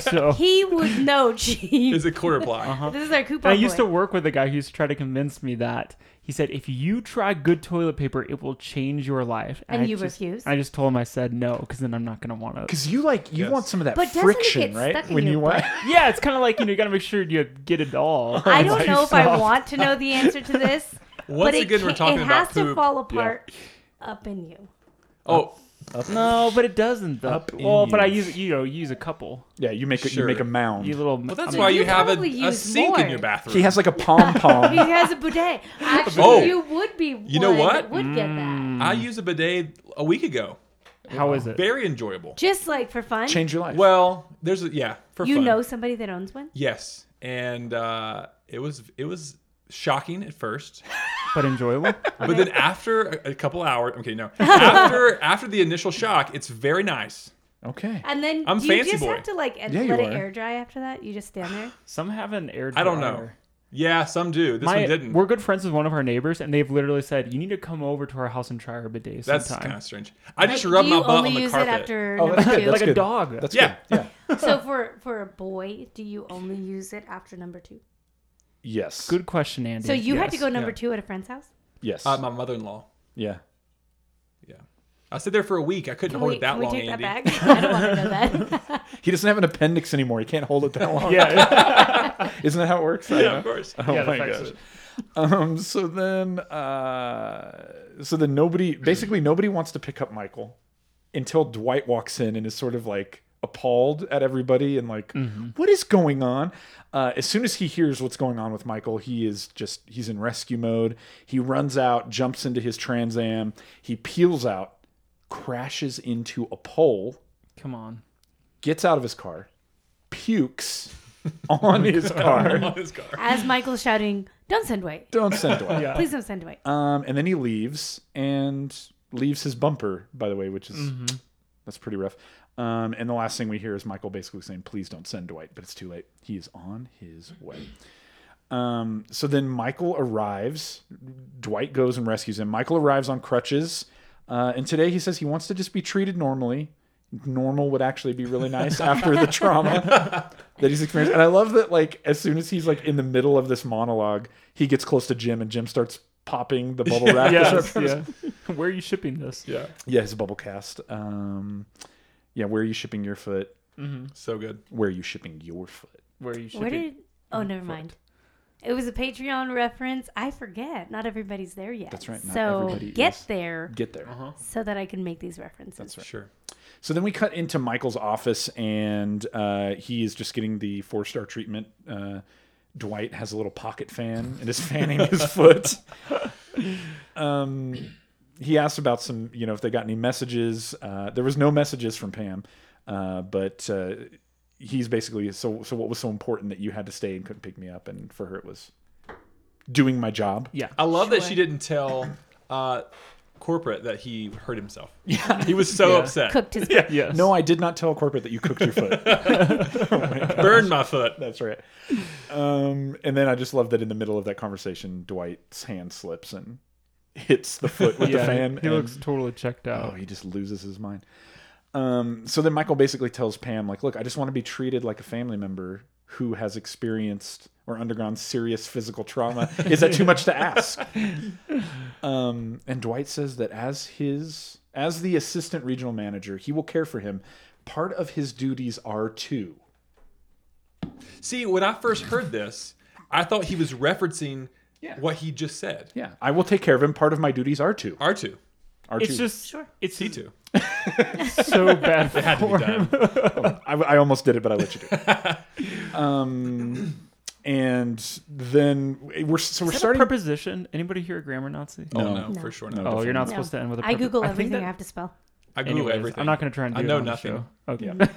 Speaker 2: So
Speaker 3: he would know cheap.
Speaker 4: Is it quarter ply?
Speaker 1: Uh-huh.
Speaker 3: This is our coupon.
Speaker 2: I used
Speaker 3: boy.
Speaker 2: to work with a guy who used to try to convince me that he said if you try good toilet paper, it will change your life.
Speaker 3: And
Speaker 2: I
Speaker 3: you
Speaker 2: just-
Speaker 3: refused?
Speaker 2: I just told him I said no because then I'm not gonna want to.
Speaker 1: because you like you
Speaker 4: Yes.
Speaker 1: want some of that
Speaker 3: But doesn't it
Speaker 1: friction,
Speaker 3: get
Speaker 1: right?
Speaker 3: stuck in
Speaker 1: when
Speaker 3: your
Speaker 1: you want,
Speaker 2: Yeah, it's kind of like you know you gotta make sure you get it all.
Speaker 3: I don't know if I
Speaker 2: Soft.
Speaker 3: want to know the answer to this. but
Speaker 4: Once
Speaker 3: it
Speaker 4: again, we're
Speaker 3: can't-
Speaker 4: talking
Speaker 3: it
Speaker 4: about
Speaker 3: has
Speaker 4: poop.
Speaker 3: to fall apart up in you.
Speaker 4: Oh,
Speaker 2: No, but it doesn't though.
Speaker 1: Up in
Speaker 2: well, but I
Speaker 1: you.
Speaker 2: use you know you use a couple.
Speaker 1: yeah, you make a, you
Speaker 4: Sure.
Speaker 1: make a mound.
Speaker 2: You little.
Speaker 4: Mm. well, that's
Speaker 2: I mean,
Speaker 4: why you,
Speaker 3: you
Speaker 4: have a,
Speaker 3: probably
Speaker 4: a
Speaker 3: use
Speaker 4: sink in
Speaker 3: more.
Speaker 4: your bathroom.
Speaker 1: he has like a pom
Speaker 3: He
Speaker 1: pom.
Speaker 3: has a bidet. Actually,
Speaker 4: Oh.
Speaker 3: you would be.
Speaker 4: You know
Speaker 3: one
Speaker 1: Mm.
Speaker 3: That
Speaker 4: what? Mm.
Speaker 3: would get that.
Speaker 4: I used a bidet a week ago.
Speaker 2: How is it?
Speaker 4: Very enjoyable.
Speaker 3: Just like for fun.
Speaker 1: Change your life.
Speaker 4: Well, there's a, yeah for
Speaker 3: you
Speaker 4: fun.
Speaker 3: know somebody that owns one?
Speaker 4: Yes, and uh, it was it was shocking at first,
Speaker 2: But enjoyable.
Speaker 4: but then after a, a couple hours, okay, no, after after the initial shock, it's very nice.
Speaker 1: okay.
Speaker 3: And then
Speaker 4: I'm
Speaker 3: you
Speaker 4: fancy
Speaker 3: just
Speaker 4: boy.
Speaker 3: have to like and
Speaker 1: Yeah, you
Speaker 3: let it
Speaker 1: are.
Speaker 3: air dry after that. You just stand there.
Speaker 2: Some have an air. Dryer.
Speaker 4: I don't know. Yeah, some do. This
Speaker 2: My-
Speaker 4: one didn't.
Speaker 2: We're good friends with one of our neighbors, and they've literally said, "You need to come over to our house and try our bidet
Speaker 4: That's
Speaker 2: sometime."
Speaker 4: kind of strange. I just
Speaker 3: Like,
Speaker 4: rub
Speaker 3: you
Speaker 4: my butt
Speaker 3: only
Speaker 4: on the
Speaker 3: use
Speaker 4: carpet.
Speaker 3: it after
Speaker 1: Oh,
Speaker 3: number
Speaker 1: that's good.
Speaker 3: two.
Speaker 1: That's
Speaker 2: like a
Speaker 1: good.
Speaker 2: dog.
Speaker 1: That's
Speaker 4: Yeah.
Speaker 1: good. Yeah.
Speaker 3: so for for a boy, do you only use it after number two?
Speaker 1: Yes.
Speaker 2: Good question, Andy.
Speaker 3: So you had to
Speaker 2: Yes.
Speaker 3: go number
Speaker 4: yeah.
Speaker 3: two at a friend's house.
Speaker 1: Yes.
Speaker 4: Uh,
Speaker 2: Um,
Speaker 4: my mother-in-law.
Speaker 1: yeah.
Speaker 4: Yeah, I sit there for a week. I couldn't
Speaker 3: Can
Speaker 4: hold
Speaker 3: we,
Speaker 4: it that
Speaker 3: can we
Speaker 4: long,
Speaker 3: take
Speaker 4: Andy.
Speaker 3: that back? I don't want to know that.
Speaker 1: He doesn't have an appendix anymore. He can't hold it that long.
Speaker 2: Yeah,
Speaker 1: Isn't that how it works? I don't
Speaker 4: Yeah,
Speaker 1: know.
Speaker 4: of course.
Speaker 1: Oh
Speaker 2: Yeah,
Speaker 1: my
Speaker 2: the fact
Speaker 1: gosh. Um, so then, uh, so then nobody, basically nobody wants to pick up Michael until Dwight walks in and is sort of like appalled at everybody and like,
Speaker 2: Mm-hmm.
Speaker 1: "What is going on? Uh, as soon as he hears what's going on with Michael, he is just, he's in rescue mode. He runs out, jumps into his Trans Am. He peels out, crashes into a pole,
Speaker 2: come on.
Speaker 1: gets out of his car, pukes on his car.
Speaker 4: On his car.
Speaker 3: As Michael's shouting, "Don't send Dwight!
Speaker 1: Don't send Dwight.
Speaker 3: Please don't send Dwight!"
Speaker 1: Um, and then he leaves and leaves his bumper, by the way, which is that's pretty rough. Um, and the last thing we hear is Michael basically saying, "Please don't send Dwight," but it's too late. He is on his way. Um, so then Michael arrives. Dwight goes and rescues him. Michael arrives on crutches, uh, and today he says he wants to just be treated normally. Normal would actually be really nice after the trauma that he's experienced. And I love that, like, as soon as he's like in the middle of this monologue, he gets close to Jim, and Jim starts popping the bubble wrap.
Speaker 2: Yes, yeah. Where are you shipping this?
Speaker 4: Yeah,
Speaker 1: Yeah, his bubble cast. Um, yeah, where are you shipping your foot?
Speaker 4: so good.
Speaker 1: Where are you shipping your foot?
Speaker 2: Where are you shipping?
Speaker 3: Where did? Oh, never mind. It was a Patreon reference. I forget. Not everybody's there yet.
Speaker 1: That's right, not
Speaker 3: So
Speaker 1: everybody
Speaker 3: get
Speaker 1: is.
Speaker 3: there
Speaker 1: Get there.
Speaker 3: so that I can make these references.
Speaker 4: Sure.
Speaker 1: So then we cut into Michael's office, and uh, he is just getting the four star treatment. Uh, Dwight has a little pocket fan and is fanning his foot. Um, he asked about some, you know, if they got any messages. Uh, there was no messages from Pam, uh, but uh, he's basically so. So what was so important that you had to stay and couldn't pick me up? And for her, it was doing my job.
Speaker 2: Yeah.
Speaker 4: I love that she didn't tell uh, corporate that he hurt himself. Yeah, he was so upset.
Speaker 3: Cooked his
Speaker 2: Yes.
Speaker 1: No, I did not tell corporate that you cooked your foot.
Speaker 4: Burn my foot.
Speaker 1: That's right. Um, and then I just love that in the middle of that conversation, Dwight's hand slips and hits the foot with
Speaker 2: yeah,
Speaker 1: the fan.
Speaker 2: He
Speaker 1: and-
Speaker 2: looks totally checked
Speaker 1: oh,
Speaker 2: out.
Speaker 1: he just loses his mind. Um, so then Michael basically tells Pam, like, look, I just want to be treated like a family member who has experienced or undergone serious physical trauma. Is that too much to ask? Um, and Dwight says that as his as the assistant regional manager, he will care for him. Part of his duties are to
Speaker 4: See, when I first heard this, I thought he was referencing
Speaker 1: Yeah.
Speaker 4: what he just said.
Speaker 1: Yeah, I will take care of him. Part of my duties are to.
Speaker 4: R two,
Speaker 1: Are
Speaker 2: It's
Speaker 1: to.
Speaker 2: just it's
Speaker 4: T two.
Speaker 2: so bad.
Speaker 4: It had to be done.
Speaker 2: Oh,
Speaker 1: I, I almost did it, but I let you do it. um, and then we're so we're
Speaker 2: Is that
Speaker 1: starting.
Speaker 2: a preposition? Anybody here a grammar Nazi?
Speaker 4: Oh no,
Speaker 3: No.
Speaker 4: for sure
Speaker 1: No.
Speaker 4: not.
Speaker 2: oh, you're not
Speaker 3: No.
Speaker 2: supposed to end with a
Speaker 3: I
Speaker 2: preposition.
Speaker 3: Google
Speaker 2: think
Speaker 3: everything
Speaker 2: that-
Speaker 3: I have to spell.
Speaker 4: I Google
Speaker 2: anyways,
Speaker 4: everything.
Speaker 2: I'm not going to try and
Speaker 4: I
Speaker 2: do
Speaker 4: know
Speaker 2: it on the
Speaker 4: nothing.
Speaker 2: show. Okay.
Speaker 1: Yeah.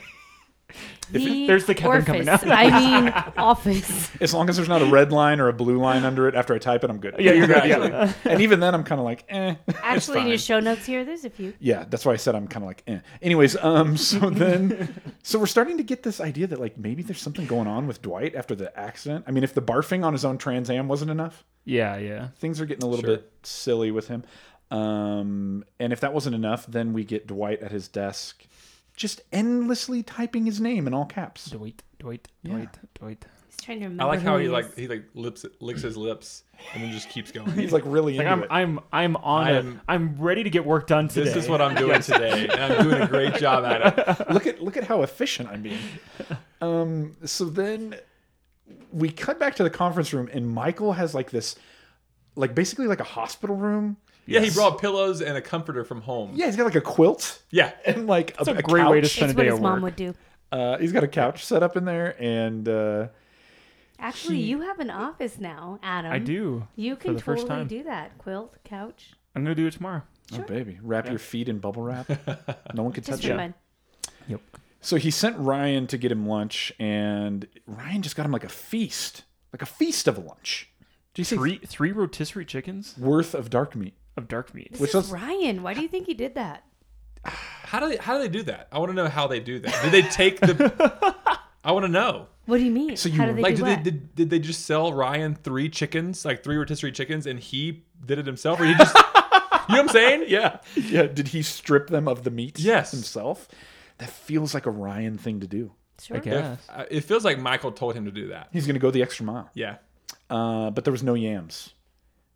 Speaker 3: The
Speaker 2: there's the Kevin coming
Speaker 3: orifice.
Speaker 2: up.
Speaker 3: I mean, office.
Speaker 1: as long as there's not a red line or a blue line under it after I type it, I'm good.
Speaker 2: Yeah, you're good, yeah.
Speaker 1: and even then, I'm kind of like, eh.
Speaker 3: Actually, in
Speaker 4: fine.
Speaker 3: your show notes here, there's a few.
Speaker 1: Yeah, that's why I said I'm kind of like, eh. Anyways, um, so then, so we're starting to get this idea that like maybe there's something going on with Dwight after the accident. I mean, if the barfing on his own Trans Am wasn't enough,
Speaker 2: Yeah, yeah.
Speaker 1: things are getting a little
Speaker 4: Sure.
Speaker 1: bit silly with him. Um, and if that wasn't enough, then we get Dwight at his desk, just endlessly typing his name in all caps.
Speaker 2: Dwight, Dwight, Dwight, Dwight.
Speaker 3: He's trying to remember.
Speaker 4: I like
Speaker 3: who
Speaker 4: how he
Speaker 3: is.
Speaker 4: like he like lips licks his lips and then just keeps going.
Speaker 1: He's like really
Speaker 2: Like
Speaker 1: into it.
Speaker 2: I'm, I'm, I'm on
Speaker 4: I
Speaker 2: it.
Speaker 4: am-
Speaker 2: I'm ready to get work done today.
Speaker 4: This is what I'm doing today, and I'm doing a great job at it.
Speaker 1: look at look at how efficient I'm being. Um, so then we cut back to the conference room, and Michael has like this, like basically like a hospital room.
Speaker 4: Yeah, he brought pillows and a comforter from home.
Speaker 1: Yeah, he's got like a quilt
Speaker 4: yeah.
Speaker 1: and like a,
Speaker 2: a great way to
Speaker 1: couch.
Speaker 2: spend
Speaker 3: It's
Speaker 2: a
Speaker 3: what
Speaker 2: day
Speaker 3: his
Speaker 2: at
Speaker 3: mom
Speaker 2: work.
Speaker 3: would do.
Speaker 1: Uh, he's got a couch set up in there, and uh,
Speaker 3: Actually, you have an office now, Adam.
Speaker 2: I do.
Speaker 3: You
Speaker 2: for
Speaker 3: can
Speaker 2: the first
Speaker 3: totally
Speaker 2: time.
Speaker 3: do that. Quilt, couch.
Speaker 2: I'm gonna do it tomorrow.
Speaker 1: Oh, baby. Wrap your feet in bubble wrap. No one could
Speaker 3: Just
Speaker 1: touch
Speaker 3: for
Speaker 1: you.
Speaker 3: fun.
Speaker 2: Yep.
Speaker 1: So he sent Ryan to get him lunch, and Ryan just got him like a feast, like a feast of a lunch. Do you see
Speaker 2: Three three rotisserie chickens
Speaker 1: worth of dark meat?
Speaker 2: of dark meat.
Speaker 3: This
Speaker 1: Which
Speaker 3: is
Speaker 1: does-
Speaker 3: Ryan. Why do you think he did that?
Speaker 4: How do they how do they do that? I want to know how they do that. Did they take the I want to know.
Speaker 3: What do you mean?
Speaker 1: So you-
Speaker 3: How do they
Speaker 4: Like
Speaker 3: do
Speaker 4: did they
Speaker 3: what?
Speaker 4: did, did they just sell Ryan three chickens, like three rotisserie chickens and he did it himself or he just You know what I'm saying? Yeah.
Speaker 1: Yeah. Did he strip them of the meat?
Speaker 4: Yes.
Speaker 1: Himself. That feels like a Ryan thing to do.
Speaker 3: Sure.
Speaker 2: I guess.
Speaker 4: Uh, It feels like Michael told him to do that.
Speaker 1: He's going to go the extra mile.
Speaker 4: Yeah.
Speaker 1: Uh, but there was no yams,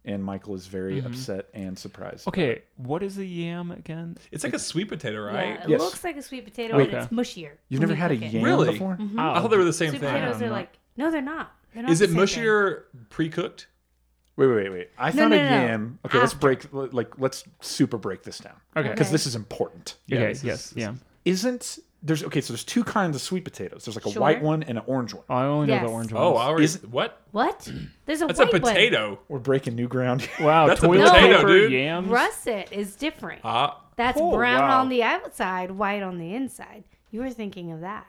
Speaker 1: and Michael is very
Speaker 4: Mm-hmm.
Speaker 1: upset and surprised.
Speaker 2: Okay, what is a yam again?
Speaker 4: It's like a sweet potato, right?
Speaker 3: Yeah, it
Speaker 1: Yes.
Speaker 3: looks like a sweet potato,
Speaker 2: Okay.
Speaker 3: and it's mushier.
Speaker 1: You've
Speaker 3: when
Speaker 1: never
Speaker 3: you
Speaker 1: had a
Speaker 3: cook it.
Speaker 1: yam
Speaker 4: Really?
Speaker 1: before?
Speaker 3: Mm-hmm. Hmm.
Speaker 4: I
Speaker 2: Oh,
Speaker 4: thought they were the same
Speaker 3: Sweet
Speaker 4: thing.
Speaker 3: potatoes are like no, they're not. They're not
Speaker 4: Is it
Speaker 3: the same thing.
Speaker 4: mushier pre-cooked?
Speaker 1: Wait, wait, wait, wait. I thought
Speaker 3: no,
Speaker 1: a
Speaker 3: no, no.
Speaker 1: yam. Okay, let's
Speaker 3: After.
Speaker 1: break. Like, let's super break this down.
Speaker 2: Okay.
Speaker 1: Because
Speaker 3: Okay.
Speaker 1: this is important.
Speaker 2: okay,
Speaker 4: this is-
Speaker 2: yes,
Speaker 4: this
Speaker 2: yam.
Speaker 1: Isn't there's okay? So there's two kinds of sweet potatoes. There's like a
Speaker 3: Sure.
Speaker 1: white one and an orange one.
Speaker 2: Oh, I only know
Speaker 3: Yes.
Speaker 2: the orange
Speaker 4: Oh,
Speaker 2: one.
Speaker 4: I already
Speaker 1: Is-
Speaker 4: what?
Speaker 3: What? There's a
Speaker 4: That's a
Speaker 3: white
Speaker 4: potato.
Speaker 1: We're breaking new ground.
Speaker 2: wow,
Speaker 4: That's a
Speaker 2: toilet
Speaker 4: potato,
Speaker 2: paper,
Speaker 4: dude.
Speaker 2: yams.
Speaker 3: One. Russet is different.
Speaker 4: Ah,
Speaker 3: That's
Speaker 1: Oh,
Speaker 3: brown
Speaker 1: wow.
Speaker 3: on the outside, white on the inside. You were thinking of that.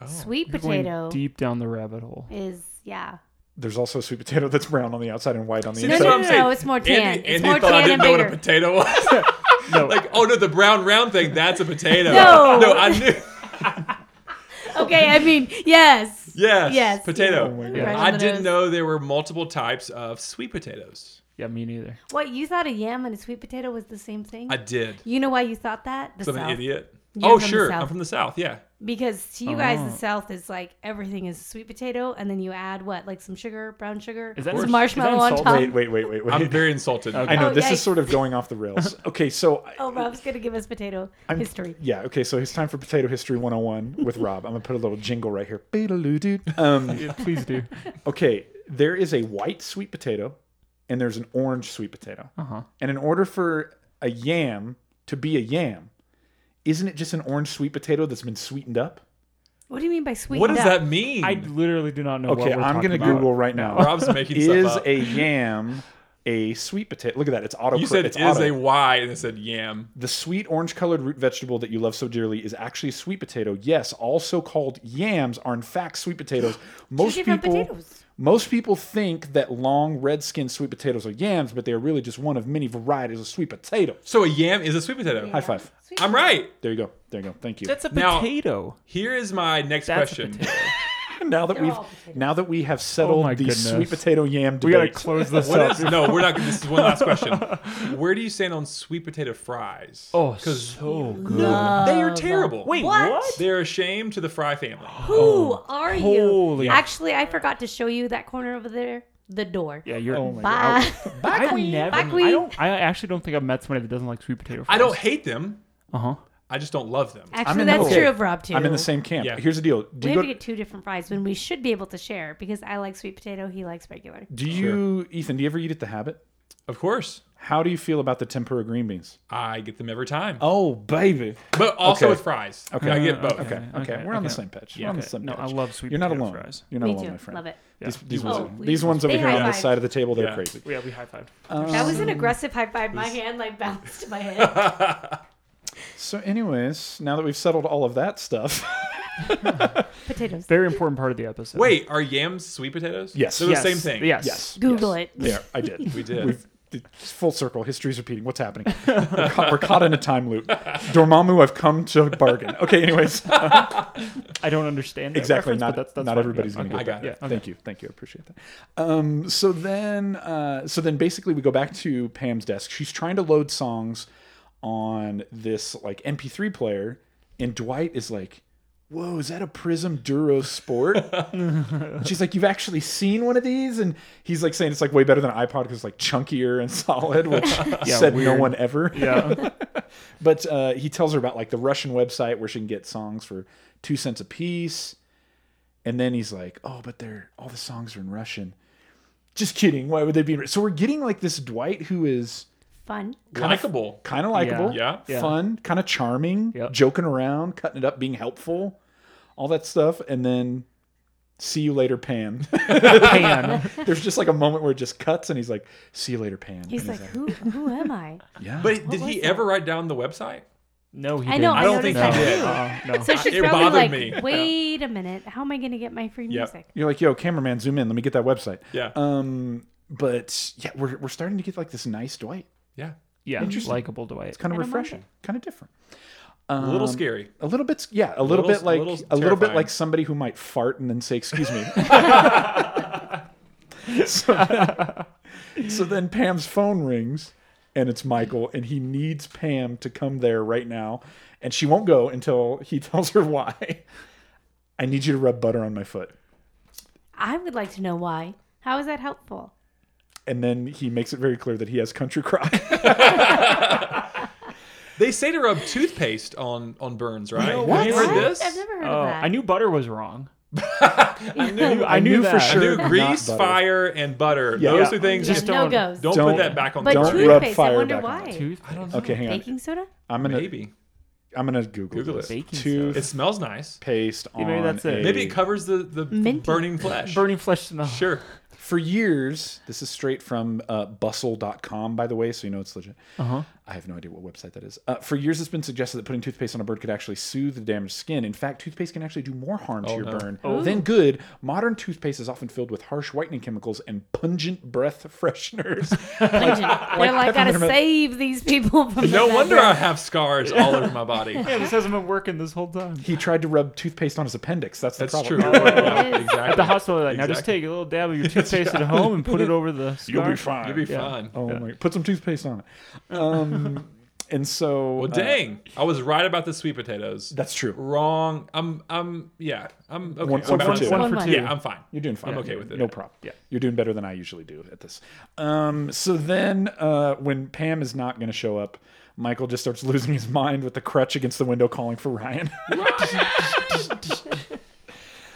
Speaker 4: Oh.
Speaker 3: Sweet
Speaker 2: You're going
Speaker 3: potato
Speaker 2: Deep down the rabbit hole.
Speaker 3: is yeah.
Speaker 1: there's also a sweet potato that's brown on the outside and white on the
Speaker 4: See,
Speaker 3: No,
Speaker 1: inside.
Speaker 4: that's
Speaker 3: no,
Speaker 4: what I'm
Speaker 3: no,
Speaker 4: saying.
Speaker 3: no, it's more
Speaker 4: Andy,
Speaker 3: tan. It's
Speaker 4: Andy
Speaker 3: more
Speaker 4: thought
Speaker 3: tan
Speaker 4: I didn't
Speaker 3: and
Speaker 4: know what a
Speaker 3: bigger.
Speaker 4: potato was.
Speaker 2: No,
Speaker 4: like, oh no, the brown round thing, that's a potato.
Speaker 3: No.
Speaker 4: No, I knew.
Speaker 3: Okay, I mean yes.
Speaker 4: Yes.
Speaker 3: Yes.
Speaker 4: Potato.
Speaker 1: Oh my
Speaker 3: Right
Speaker 1: god.
Speaker 3: on
Speaker 4: I
Speaker 3: the
Speaker 4: didn't
Speaker 3: nose.
Speaker 4: know there were multiple types of sweet potatoes.
Speaker 2: yeah, me neither.
Speaker 3: What you thought a yam and a sweet potato was the same thing?
Speaker 4: I did.
Speaker 3: you know why you thought that? The
Speaker 4: So I'm an
Speaker 3: South.
Speaker 4: idiot.
Speaker 3: You're
Speaker 4: Oh,
Speaker 3: from the
Speaker 4: sure. I'm
Speaker 3: South.
Speaker 4: from the South. Yeah.
Speaker 3: Because to you guys,
Speaker 2: Oh.
Speaker 3: the South is like everything is sweet potato, and then you add what, like some sugar, brown sugar,
Speaker 2: Is that
Speaker 3: some
Speaker 2: ins-
Speaker 3: marshmallow
Speaker 2: is that
Speaker 3: on top.
Speaker 1: Wait, wait, wait, wait, wait.
Speaker 4: I'm very insulted.
Speaker 2: Okay.
Speaker 1: I know
Speaker 3: Oh,
Speaker 1: this
Speaker 3: yikes.
Speaker 1: is sort of going off the rails. Okay, so I-
Speaker 3: Oh, Rob's gonna give us potato history.
Speaker 1: yeah, okay, so it's time for potato history 101 with Rob. I'm gonna put a little jingle right here. Beetaloo dude. Um,
Speaker 2: Yeah, please do.
Speaker 1: okay, there is a white sweet potato and there's an orange sweet potato.
Speaker 2: Uh huh.
Speaker 1: And in order for a yam to be a yam, isn't it just an orange sweet potato that's been sweetened up?
Speaker 3: What do you mean by sweet?
Speaker 4: What does
Speaker 3: up?
Speaker 4: that mean?
Speaker 2: I literally do not know.
Speaker 1: Okay,
Speaker 2: what we're
Speaker 1: I'm
Speaker 2: talking
Speaker 1: gonna
Speaker 2: about.
Speaker 1: Google right now.
Speaker 4: Rob's making
Speaker 1: is
Speaker 4: stuff up.
Speaker 1: a yam a sweet potato? Look at that. It's auto.
Speaker 4: you said
Speaker 1: it's
Speaker 4: is
Speaker 1: auto.
Speaker 4: a Y and it said yam.
Speaker 1: The sweet orange colored root vegetable that you love so dearly is actually a sweet potato. Yes, also called yams are in fact sweet potatoes. Most
Speaker 3: different
Speaker 1: people
Speaker 3: potatoes.
Speaker 1: most people think that long red skinned sweet potatoes are yams, but they are really just one of many varieties of sweet potatoes.
Speaker 4: So a yam is a sweet potato.
Speaker 1: High five.
Speaker 4: I'm right.
Speaker 1: There you go. There you go. Thank you.
Speaker 2: That's a
Speaker 4: Now-
Speaker 2: potato.
Speaker 4: Here is my next
Speaker 2: That's a
Speaker 4: question.
Speaker 2: potato.
Speaker 1: now that
Speaker 3: They're
Speaker 1: we've
Speaker 3: all potatoes.
Speaker 1: now that we have settled
Speaker 2: Oh my
Speaker 1: the
Speaker 2: goodness.
Speaker 1: sweet potato yam
Speaker 2: we gotta
Speaker 1: debate.
Speaker 2: close this
Speaker 4: What
Speaker 2: up.
Speaker 4: is, no, we're not. gonna- This is one last question. Where do you stand on sweet potato fries?
Speaker 2: oh,
Speaker 4: because
Speaker 2: so good.
Speaker 4: no, they
Speaker 3: Oh,
Speaker 4: are terrible.
Speaker 2: Wait,
Speaker 3: What?
Speaker 2: what?
Speaker 4: They're a shame to the fry family.
Speaker 3: Who are you?
Speaker 2: Holy-
Speaker 3: Actually, I forgot to show you that corner over there, the door.
Speaker 2: Yeah, you're.
Speaker 1: Oh my god.
Speaker 3: Bye.
Speaker 2: I never.
Speaker 3: Bye, queen.
Speaker 2: I don't. I actually don't think I've met somebody that doesn't like sweet potato. Fries.
Speaker 4: I don't hate them.
Speaker 2: Uh huh.
Speaker 4: I just don't love them.
Speaker 3: Actually,
Speaker 1: in the-
Speaker 3: that's
Speaker 1: okay.
Speaker 3: true of Rob too.
Speaker 1: I'm in the same camp.
Speaker 4: Yeah.
Speaker 1: Here's the deal. Do
Speaker 3: We
Speaker 1: you
Speaker 3: have
Speaker 1: go
Speaker 3: to get two different fries when we should be able to share because I like sweet potato, he likes regular.
Speaker 1: do you Ethan, do you ever eat at the habit?
Speaker 4: Of course,
Speaker 1: How do you feel about the tempura green beans?
Speaker 4: I get them every time,
Speaker 1: Oh baby.
Speaker 4: but also
Speaker 1: okay.
Speaker 4: with fries. Okay, I get both.
Speaker 1: Okay, okay,
Speaker 2: okay,
Speaker 1: we're on the
Speaker 2: okay.
Speaker 1: same page.
Speaker 2: Yeah,
Speaker 1: we're on the
Speaker 2: okay.
Speaker 1: same
Speaker 2: No,
Speaker 1: page.
Speaker 2: I love sweet
Speaker 1: You're not
Speaker 2: potato
Speaker 1: alone.
Speaker 2: fries.
Speaker 1: You're not
Speaker 3: Me
Speaker 1: alone,
Speaker 3: too.
Speaker 1: my friend.
Speaker 3: Love it.
Speaker 1: These, these
Speaker 3: Oh,
Speaker 1: ones,
Speaker 3: please.
Speaker 1: these ones over
Speaker 3: They
Speaker 1: here on
Speaker 3: high
Speaker 1: this
Speaker 3: five.
Speaker 1: side of the table, they're
Speaker 4: Yeah.
Speaker 1: crazy. Um,
Speaker 2: Yeah, we high five.
Speaker 3: That was an aggressive high five. My hand like bounced my head.
Speaker 1: So, anyways, now that we've settled all of that stuff,
Speaker 3: Potatoes.
Speaker 2: Very important part of the episode.
Speaker 4: Wait, are yams sweet potatoes?
Speaker 1: Yes.
Speaker 4: they're
Speaker 2: Yes.
Speaker 4: the same thing.
Speaker 2: Yes.
Speaker 1: yes,
Speaker 3: Google it.
Speaker 1: there, I did.
Speaker 4: we did.
Speaker 1: We've it's full circle. History's repeating. What's happening? We're caught, we're caught in a time loop. Dormammu, I've come to bargain. Okay, anyways,
Speaker 2: I don't understand that
Speaker 1: exactly.
Speaker 2: reference,
Speaker 1: Not
Speaker 2: but that's, that's
Speaker 1: not
Speaker 2: fine.
Speaker 1: everybody's
Speaker 2: Yeah,
Speaker 1: going to
Speaker 2: okay.
Speaker 1: get
Speaker 4: I
Speaker 1: that.
Speaker 4: got it.
Speaker 2: Yeah, okay.
Speaker 1: Thank you, thank you. I appreciate that. Um, so then, uh, so then, basically, we go back to Pam's desk. She's trying to load songs on this like MP3 player, and Dwight is like. Whoa, is that a Prism Duro Sport? And she's like, You've actually seen one of these? And he's like saying it's like way better than an iPod because it's like chunkier and solid, which said no
Speaker 2: weird.
Speaker 1: one ever.
Speaker 2: Yeah.
Speaker 1: But uh, he tells her about like the Russian website where she can get songs for two cents a piece. And then he's like, "Oh, but they're all the songs are in Russian." Just kidding. Why would they be? In... Ru- So we're getting like this Dwight who is
Speaker 3: Fun.
Speaker 4: likable.
Speaker 1: kind of likable,
Speaker 4: Yeah.
Speaker 2: Yeah.
Speaker 1: fun, kind of charming,
Speaker 2: Yep.
Speaker 1: joking around, cutting it up, being helpful, all that stuff. And then See you later, Pan.
Speaker 2: Pan.
Speaker 1: There's just like a moment where it just cuts, and he's like, "See you later, Pan."
Speaker 3: He's
Speaker 1: And
Speaker 3: like, who, who am I?
Speaker 1: "Yeah."
Speaker 4: But did he
Speaker 3: was
Speaker 4: ever write down the website?
Speaker 2: No, he
Speaker 3: I
Speaker 2: didn't.
Speaker 3: know, I I
Speaker 4: don't think noticed he that did. too.
Speaker 2: Uh-uh, no.
Speaker 3: So she's
Speaker 4: It
Speaker 3: probably
Speaker 4: bothered
Speaker 3: like,
Speaker 4: me. Yeah.
Speaker 3: wait a minute, how am I going to get my free
Speaker 4: Yep.
Speaker 3: music?
Speaker 1: you're like, "Yo, cameraman, zoom in. Let me get that website."
Speaker 4: Yeah.
Speaker 1: Um, but yeah, we're we're starting to get like this nice Dwight.
Speaker 4: Yeah.
Speaker 2: Yeah, likable Dwight.
Speaker 1: It's kind of
Speaker 3: I don't mind
Speaker 1: refreshing, kind of different.
Speaker 4: A little
Speaker 1: Um,
Speaker 4: scary.
Speaker 1: A little bit, yeah, a little,
Speaker 4: Little-
Speaker 1: bit like
Speaker 4: little
Speaker 1: a little bit
Speaker 4: terrifying.
Speaker 1: like somebody who might fart and then say, "Excuse me." so, then, so then Pam's phone rings, and it's Michael, and he needs Pam to come there right now, and she won't go until he tells her why. I need you to rub butter on my foot,
Speaker 3: I would like to know why. How is that helpful?
Speaker 1: and then he makes it very clear that he has country cry.
Speaker 4: They say to rub toothpaste on on burns, right?
Speaker 1: What?
Speaker 4: Have you heard
Speaker 1: What?
Speaker 4: this?
Speaker 3: I've never heard
Speaker 2: Oh,
Speaker 3: of that.
Speaker 2: I knew butter was wrong.
Speaker 4: I knew,
Speaker 2: I knew that.
Speaker 1: for
Speaker 4: I
Speaker 1: sure.
Speaker 4: knew
Speaker 1: not
Speaker 4: grease,
Speaker 1: butter.
Speaker 4: fire, and butter.
Speaker 1: Yeah.
Speaker 4: Those
Speaker 1: Yeah.
Speaker 4: two things.
Speaker 2: Just
Speaker 4: Don't,
Speaker 3: no
Speaker 2: don't-
Speaker 3: goes.
Speaker 4: don't
Speaker 1: Don't-
Speaker 4: put that back on
Speaker 3: but
Speaker 4: the
Speaker 1: don't
Speaker 4: burn.
Speaker 1: rub
Speaker 3: toothpaste, I
Speaker 1: fire
Speaker 3: wonder
Speaker 1: back on
Speaker 3: why.
Speaker 2: Tooth. I don't know.
Speaker 1: Okay, hang on.
Speaker 3: Baking soda?
Speaker 1: I'm gonna
Speaker 4: Maybe
Speaker 1: I'm gonna Google,
Speaker 4: Google
Speaker 1: this.
Speaker 4: it.
Speaker 2: Baking soda.
Speaker 4: it
Speaker 1: Toothpaste
Speaker 4: smells nice.
Speaker 1: on.
Speaker 2: maybe that's it.
Speaker 1: a-
Speaker 4: Maybe it covers the the
Speaker 3: Minty.
Speaker 4: burning flesh.
Speaker 2: Burning flesh smell.
Speaker 4: Sure.
Speaker 1: for years this is straight from uh, bustle.com by the way so you know it's legit uh-huh. i have no idea what website that is uh, for years it's been suggested that putting toothpaste on a bird could actually soothe the damaged skin in fact toothpaste can actually do more harm
Speaker 4: Oh,
Speaker 1: to your burn
Speaker 3: Oh.
Speaker 1: than good modern toothpaste is often filled with harsh whitening chemicals and pungent breath fresheners
Speaker 3: Pungent. They're like, gotta
Speaker 1: peppermint.
Speaker 3: save these people from
Speaker 4: No
Speaker 3: the
Speaker 4: wonder I
Speaker 3: bathroom.
Speaker 4: have scars all over my body.
Speaker 2: Yeah, this hasn't been working this whole time.
Speaker 1: he tried to rub toothpaste on his appendix that's the
Speaker 4: That's true.
Speaker 1: problem
Speaker 4: Yeah,
Speaker 3: Yes.
Speaker 4: exactly.
Speaker 2: At the hospital, like, now just
Speaker 4: Exactly.
Speaker 2: take a little dab of your toothpaste at home and put it over the scar.
Speaker 1: fine
Speaker 4: You'll be fine.
Speaker 1: oh my put some toothpaste on it um, and so
Speaker 4: Well,
Speaker 1: uh,
Speaker 4: dang! I was right about the sweet potatoes.
Speaker 1: that's true
Speaker 4: wrong. I'm. I'm. Yeah. I'm. Okay.
Speaker 1: One- one
Speaker 4: I'm
Speaker 1: for
Speaker 4: balanced.
Speaker 1: two.
Speaker 2: One
Speaker 3: One
Speaker 2: for
Speaker 3: way.
Speaker 2: two.
Speaker 4: Yeah, I'm fine.
Speaker 1: You're doing fine.
Speaker 4: I'm okay with it.
Speaker 1: No problem.
Speaker 2: Yeah.
Speaker 1: You're doing better than I usually do at this. Um, so then uh, when Pam is not going to show up, Michael just starts losing his mind with the crutch against the window calling for Ryan.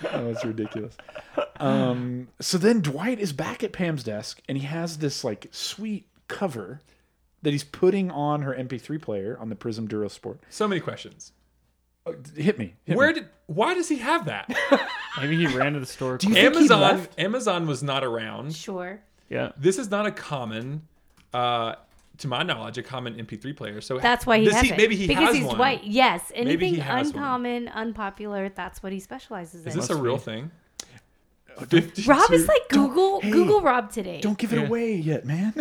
Speaker 1: that was ridiculous. Um, so then Dwight is back at Pam's desk and he has this like sweet cover that he's putting on her MP3 player on the Prism Duro Sport.
Speaker 4: So many questions.
Speaker 1: Hit me. Hit
Speaker 4: Where
Speaker 1: me.
Speaker 4: did? Why does he have that?
Speaker 2: Maybe he ran to the store.
Speaker 1: you
Speaker 2: quick.
Speaker 1: think he
Speaker 4: Amazon.
Speaker 1: left?
Speaker 4: Amazon was not around.
Speaker 3: Sure.
Speaker 2: yeah.
Speaker 4: This is not a common, uh, to my knowledge, a common MP3 player. So
Speaker 3: That's why he
Speaker 4: does
Speaker 3: has it.
Speaker 4: Maybe he
Speaker 3: because
Speaker 4: has
Speaker 3: he's
Speaker 4: one.
Speaker 3: white. Yes,
Speaker 4: Maybe he
Speaker 3: anything
Speaker 4: has one.
Speaker 3: uncommon, unpopular. That's what he specializes in.
Speaker 4: Is this a real thing? 52
Speaker 3: Rob is like
Speaker 1: Don't-
Speaker 3: Google
Speaker 1: hey,
Speaker 3: Google Rob today.
Speaker 1: Don't give it
Speaker 4: Yeah.
Speaker 1: away yet, man.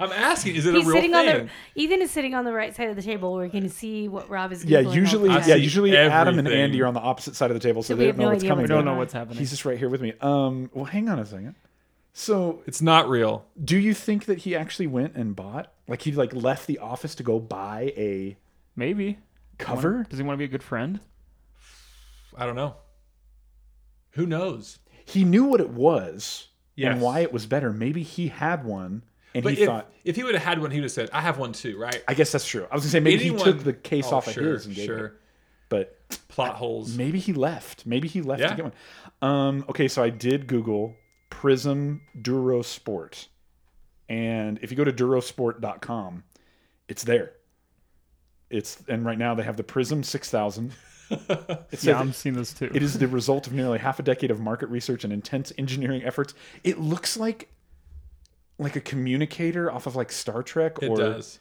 Speaker 4: I'm asking. Is it
Speaker 3: He's
Speaker 4: a real
Speaker 3: sitting
Speaker 4: thing?
Speaker 3: on the Ethan is sitting on the right side of the table where he can see what Rob is.
Speaker 1: Yeah,
Speaker 3: Googling all
Speaker 1: usually,
Speaker 3: the
Speaker 4: I
Speaker 1: yeah,
Speaker 3: time.
Speaker 4: see
Speaker 1: usually Adam and
Speaker 4: everything.
Speaker 1: Andy are on the opposite side of the table, so,
Speaker 3: So we
Speaker 1: they
Speaker 3: have
Speaker 1: don't know
Speaker 3: no
Speaker 1: what's
Speaker 3: idea
Speaker 1: coming.
Speaker 2: We
Speaker 3: what's
Speaker 2: don't
Speaker 1: but
Speaker 2: know
Speaker 3: on.
Speaker 2: what's happening.
Speaker 1: He's just right here with me. Um, well, hang on a second. So,
Speaker 4: it's not real.
Speaker 1: do you think that he actually went and bought, like, he like left the office to go buy a
Speaker 2: Maybe.
Speaker 1: cover?
Speaker 2: Does he want to be a good friend?
Speaker 4: I don't know. Who knows?
Speaker 1: He knew what it was
Speaker 4: Yes.
Speaker 1: and why it was better. Maybe he had one, and
Speaker 4: But
Speaker 1: he
Speaker 4: if,
Speaker 1: thought,
Speaker 4: if he would have had one, he would have said, "I have one too." Right?
Speaker 1: I guess that's true. I was gonna say maybe
Speaker 4: Anyone-
Speaker 1: he took the case
Speaker 4: Oh,
Speaker 1: off of
Speaker 4: sure,
Speaker 1: his and gave
Speaker 4: sure.
Speaker 1: it, but
Speaker 4: Plot holes.
Speaker 1: Maybe he left. Maybe he left
Speaker 4: Yeah.
Speaker 1: to get one. Um, okay, so I did Google Prism Duro Sport. And if you go to durosport.com, it's there. It's and right now they have the Prism 6000. It says
Speaker 2: Yeah, I'm seeing this too.
Speaker 1: it is the result of nearly half a decade of market research and intense engineering efforts. It looks like like a communicator off of like Star Trek
Speaker 4: It
Speaker 1: or
Speaker 4: does.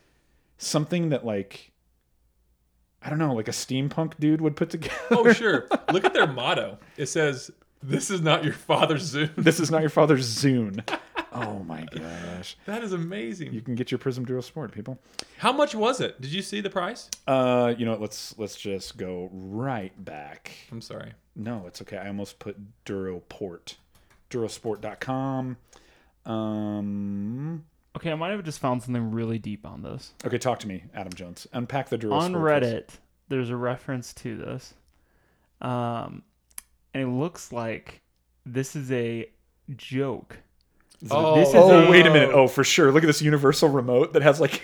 Speaker 1: something that like I don't know, like a steampunk dude would put together.
Speaker 4: Oh sure. Look at their motto. It says, "This is not your father's Zoom."
Speaker 1: This is not your father's Zune. Oh my gosh.
Speaker 4: That is amazing.
Speaker 1: You can get your Prism Duo Sport, people.
Speaker 4: How much was it? Did you see the price?
Speaker 1: Uh, you know, what, let's let's just go right back.
Speaker 4: I'm sorry.
Speaker 1: No, it's okay. I almost put Duroport. Durosport.com. Um
Speaker 2: Okay, I might have just found something really deep on this.
Speaker 1: Okay, talk to me, Adam Jones. Unpack the Durosport.
Speaker 2: on
Speaker 1: please.
Speaker 2: Reddit, there's a reference to this, um, and it looks like this is a joke.
Speaker 4: Oh,
Speaker 2: this is
Speaker 1: Oh,
Speaker 2: a-
Speaker 1: wait a minute. Oh, for sure. Look at this universal remote that has like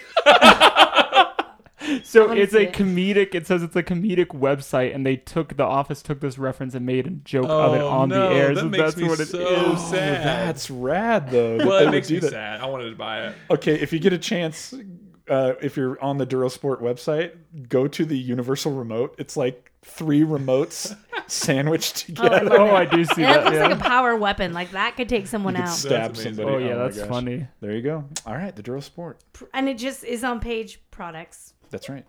Speaker 2: So
Speaker 3: wanna
Speaker 2: it's
Speaker 3: see
Speaker 2: a
Speaker 3: it.
Speaker 2: comedic. It says it's a comedic website, and they took the office took this reference and made a joke
Speaker 1: Uh,
Speaker 2: of it
Speaker 4: Oh,
Speaker 2: on
Speaker 4: no,
Speaker 2: the air.
Speaker 4: that
Speaker 2: so
Speaker 4: makes
Speaker 2: that's
Speaker 4: me
Speaker 2: what it is.
Speaker 4: so
Speaker 1: Oh,
Speaker 4: sad.
Speaker 1: That's rad though. that
Speaker 4: Well,
Speaker 1: they
Speaker 4: it
Speaker 1: would
Speaker 4: makes
Speaker 1: do
Speaker 4: me
Speaker 1: that.
Speaker 4: sad. I wanted to buy it.
Speaker 1: Okay, if you get a chance, uh, if you're on the Durosport website, go to the Universal Remote. It's like three remotes sandwiched
Speaker 3: Oh, I
Speaker 1: together.
Speaker 3: love
Speaker 2: Oh,
Speaker 3: it.
Speaker 2: I do see
Speaker 3: And it
Speaker 2: that.
Speaker 3: looks
Speaker 2: yeah.
Speaker 3: like a power weapon. Like that could take someone
Speaker 1: could
Speaker 3: out.
Speaker 1: stab
Speaker 4: amazing.
Speaker 1: somebody.
Speaker 2: oh yeah,
Speaker 1: my
Speaker 2: that's
Speaker 1: gosh.
Speaker 2: funny.
Speaker 1: There you go. All right, the drill sport.
Speaker 3: And it just is on page products.
Speaker 1: That's right.